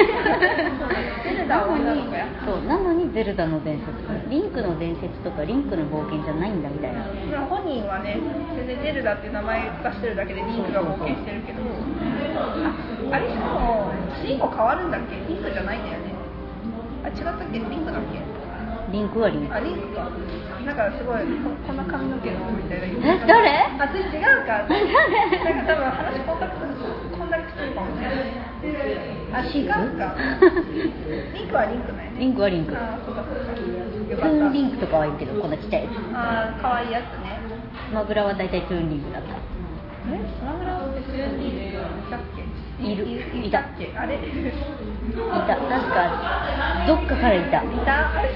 A: ゼルダは女の子や。
B: そうなのにゼルダの伝説リンクの伝説とかリンクの冒険じゃないんだみたいな
A: まあ本人はね、全然ゼルダっていう名前出してるだけでリンクが冒険してるけど、ああれしかも、リンク変わるんだっけリンクじゃないんだよね。あ、違ったっけリンクだっけ
B: リンクはリン ク
A: あ、リンクか。なんかすごい、ここんな髪の毛のみたいな。
B: え誰
A: あ、それ違うか。なんか多分話こんな、こんなきついかもしれない。あ、違うか。リンクはリンクだよね。
B: リンクはリンク
A: あ、そうかそうか。
B: ト
A: よ
B: ゥ
A: かっ
B: ーンリ
A: た。
B: ンクとかはいいけどこんなちっちゃいやつ
A: あー、可愛いやつね。
B: スマブラは大体トゥーンリンクだった
A: えスマブラってクレンディーズいたっけ
B: いる
A: いたっけあれい
B: いた確かどっかからいた
A: たあれ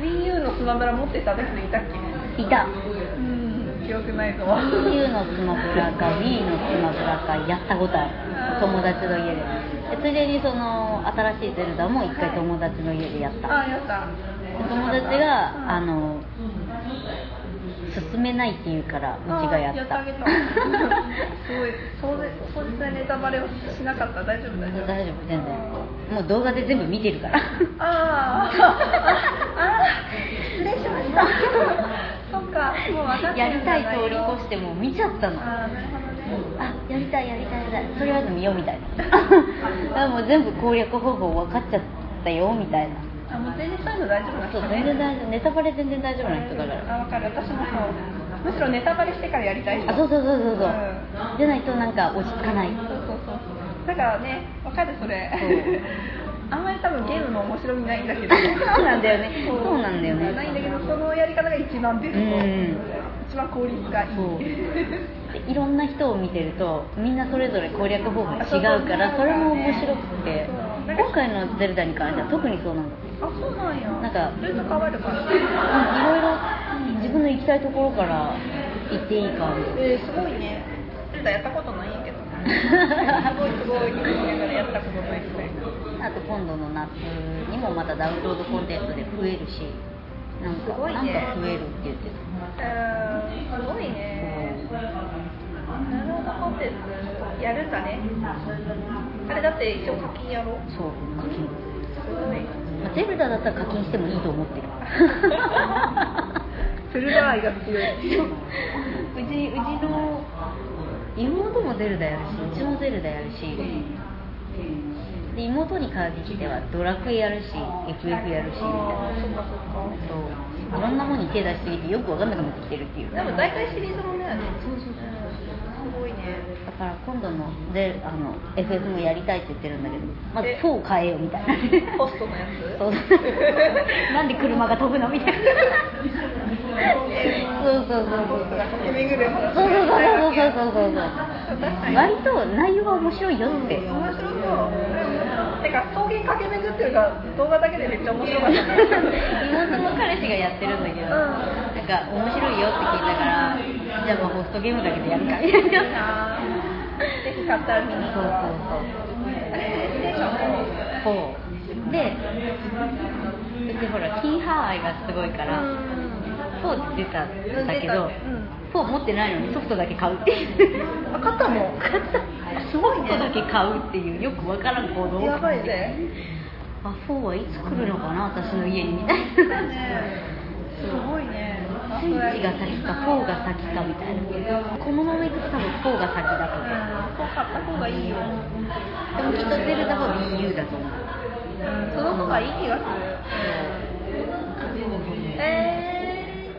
A: WiiU のスマブラ持ってただけでいたっけ
B: いた
A: うん記憶ないぞ
B: U のスマブラか Wii のスマブラかやったことある友達の家ででついでにその新しいゼルダも一回友達の家でやった、
A: あやった
B: で友達があの進めないって言うからうちがやった
A: あやってあげた すごい壮絶壮絶なネタバレをしなかった大丈夫大丈夫
B: 大丈夫全然もう動画で全部見てるから
A: あーあー失礼しましたそっかもう分かって
B: や
A: る
B: り
A: んだ
B: たい通り越してもう見ちゃったの
A: あーなるほどね
B: あやりたいやりたいやりたいとりあえず見ようみ たいなだからもう全部攻略方法分かっちゃったよみたいな
A: あもう全然そういうの大丈夫なん
B: そ
A: で
B: う
A: すね
B: 全然大丈夫ネタバレ全然大丈夫な人だから
A: あ分かる私もそうむしろネタバレしてからやりたい人
B: あそうそうそうそうそう、
A: う
B: じゃないとなんか落ち着かない
A: そうそうそうそうだからねわかるそれあんまり多分ゲームの面白みないんだけど
B: そうなんだよねそうなんだよね
A: ないんだけどそのやり方が一番ベスト、
B: うん
A: 一番効率がいい
B: そうでいろんな人を見てるとみんなそれぞれ攻略方法が違うからそれも面白くて
A: そう
B: 今回の「ゼルダ」に関しては特にそうなんだ
A: あそうなんや
B: なんか
A: ルート変わるから
B: いろいろ自分の行きたいところから行っていい感じ
A: えー、すごいねルータやったことない けどすごいすごいって言いながらやったことないみたいな
B: あと今度の夏にもまたダウンロードコンテンツで増えるしなんか
A: すごい
B: なん
A: ね
B: か増えるって言って
A: うんすごいねなるほどコンテンツやるんだねあれだって一応課金やろ
B: たそう課金
A: すごい
B: ゼルダだったら課金してもいいと 思ってる
A: セルダー愛が強いう
B: ちうちの妹もゼルダやるしうちもゼルダやるしで妹に関してはドラクエやるし FF やるしみたい
A: あーそっかそっか
B: なそういろんなものに手出しすぎてよくわかんなくなってきてるっていう
A: でも大体シリーズもんだよね
B: そうそうそう
A: うんすごいね
B: だから今度のであの FF もやりたいって言ってるんだけどまず
A: え
B: 4を変えようみたい な
A: ホストのやつ
B: そう なんで車が飛ぶのみたいな そうそうそうそう
A: ホストが駆け巡る
B: そうそうそうそうそうそうそうそ
A: 話
B: う
A: をしたいわけや 確かに
B: 割と内容が面白いよって、
A: 面白そう。うんてか草原駆け巡ってるから動画だけでめっちゃ面白か ったね。
B: 妹の彼氏がやってるんだけど、
A: うん
B: なんか面白いよって聞いたからじゃあまあホストゲームだけでやるかみたいな
A: あーぜひ買ったら見に行くわ。あれプレイステー ション
B: そうそうそうでうちほらキーハー愛がすごいから、フォ4って出たんだけど、フォ4持ってないのにソフトだけ買うっていう
A: うん。あ買ったもん。
B: 買ったソフトだけ買うっていうよくわからん行動
A: やばいね。
B: あ、フォーはいつ来るのかな、私の家にみたいな。
A: すごいね。
B: スイッチが先か、フォーが先かみたいな。このままいくと多分フォーが先だ
A: う
B: と
A: ん
B: 思う。
A: こう買った方がいいよ。
B: でもきっとゼルダは BU だと思う。
A: うんその方がいい気がする。え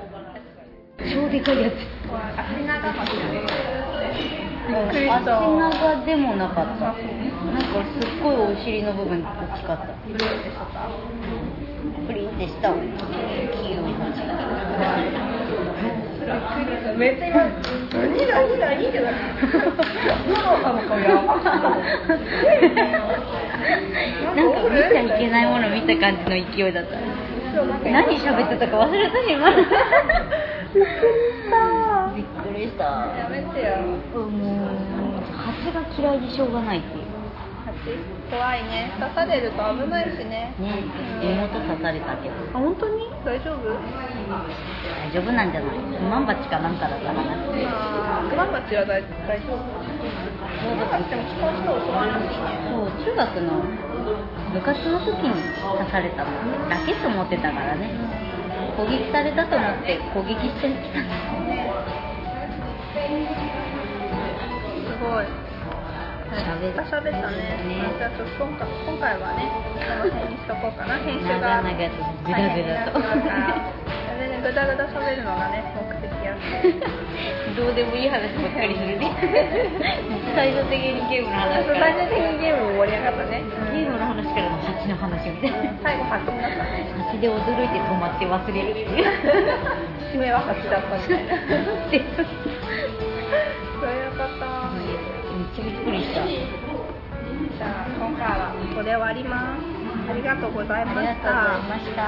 B: 超でかいやつ。
A: ー。足長巻きだね。
B: 足
A: りした
B: 長でもなかった。なんかすっごいお尻の部分大きかった。
A: ブルーでしょか。
B: プリンってした。黄色い感じ
A: めっちゃ今、何何何ってなってる。五郎さんの顔やば
B: なんか見ちゃいけないもの見た感じの勢いだった。何喋ってたか忘れたし、今。 びっくりした。
A: やめてよ。
B: もう、蜂が嫌いでしょうがないっていう。
A: 怖いね。刺されると危ないしね。
B: ね、妹刺されたけど、
A: あ、本当に大丈夫
B: 大丈夫なんじゃない万鉢かなんかだからな。
A: まあ、クマバチは大大丈夫。クマバチでも基本人を襲わなしいね。
B: そう、中学の部活の時に刺されたの。ラケット持ってたからね。攻撃されたと思って攻撃してきたの。
A: すごい。
B: 喋
A: また喋ったね。じゃあちょっと今回今回はね、この辺にしとこう かな。編集が
B: 長々とグダグダと
A: 大変になってますから全然グダグダ喋るのがね目的やって。
B: どうでもいい話ばっかりするね。最終的にゲームの
A: 最
B: 話
A: 終
B: から。
A: 的にゲームも盛り上がったね。
B: ゲームの話からの蜂の話みた
A: 最
B: いな。
A: 後初になったね。
B: 蜂で驚いて止まって忘れるって いう。
A: 締めは初だったみたいな。
B: っ
A: それ
B: て
A: よかった。
B: めっちゃびっくりした。
A: じゃあ今回はここで終わります。ありがとうございました。
B: ました。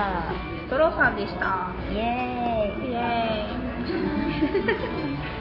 A: ドローさんでした。
B: イエーイ。
A: イエーイ。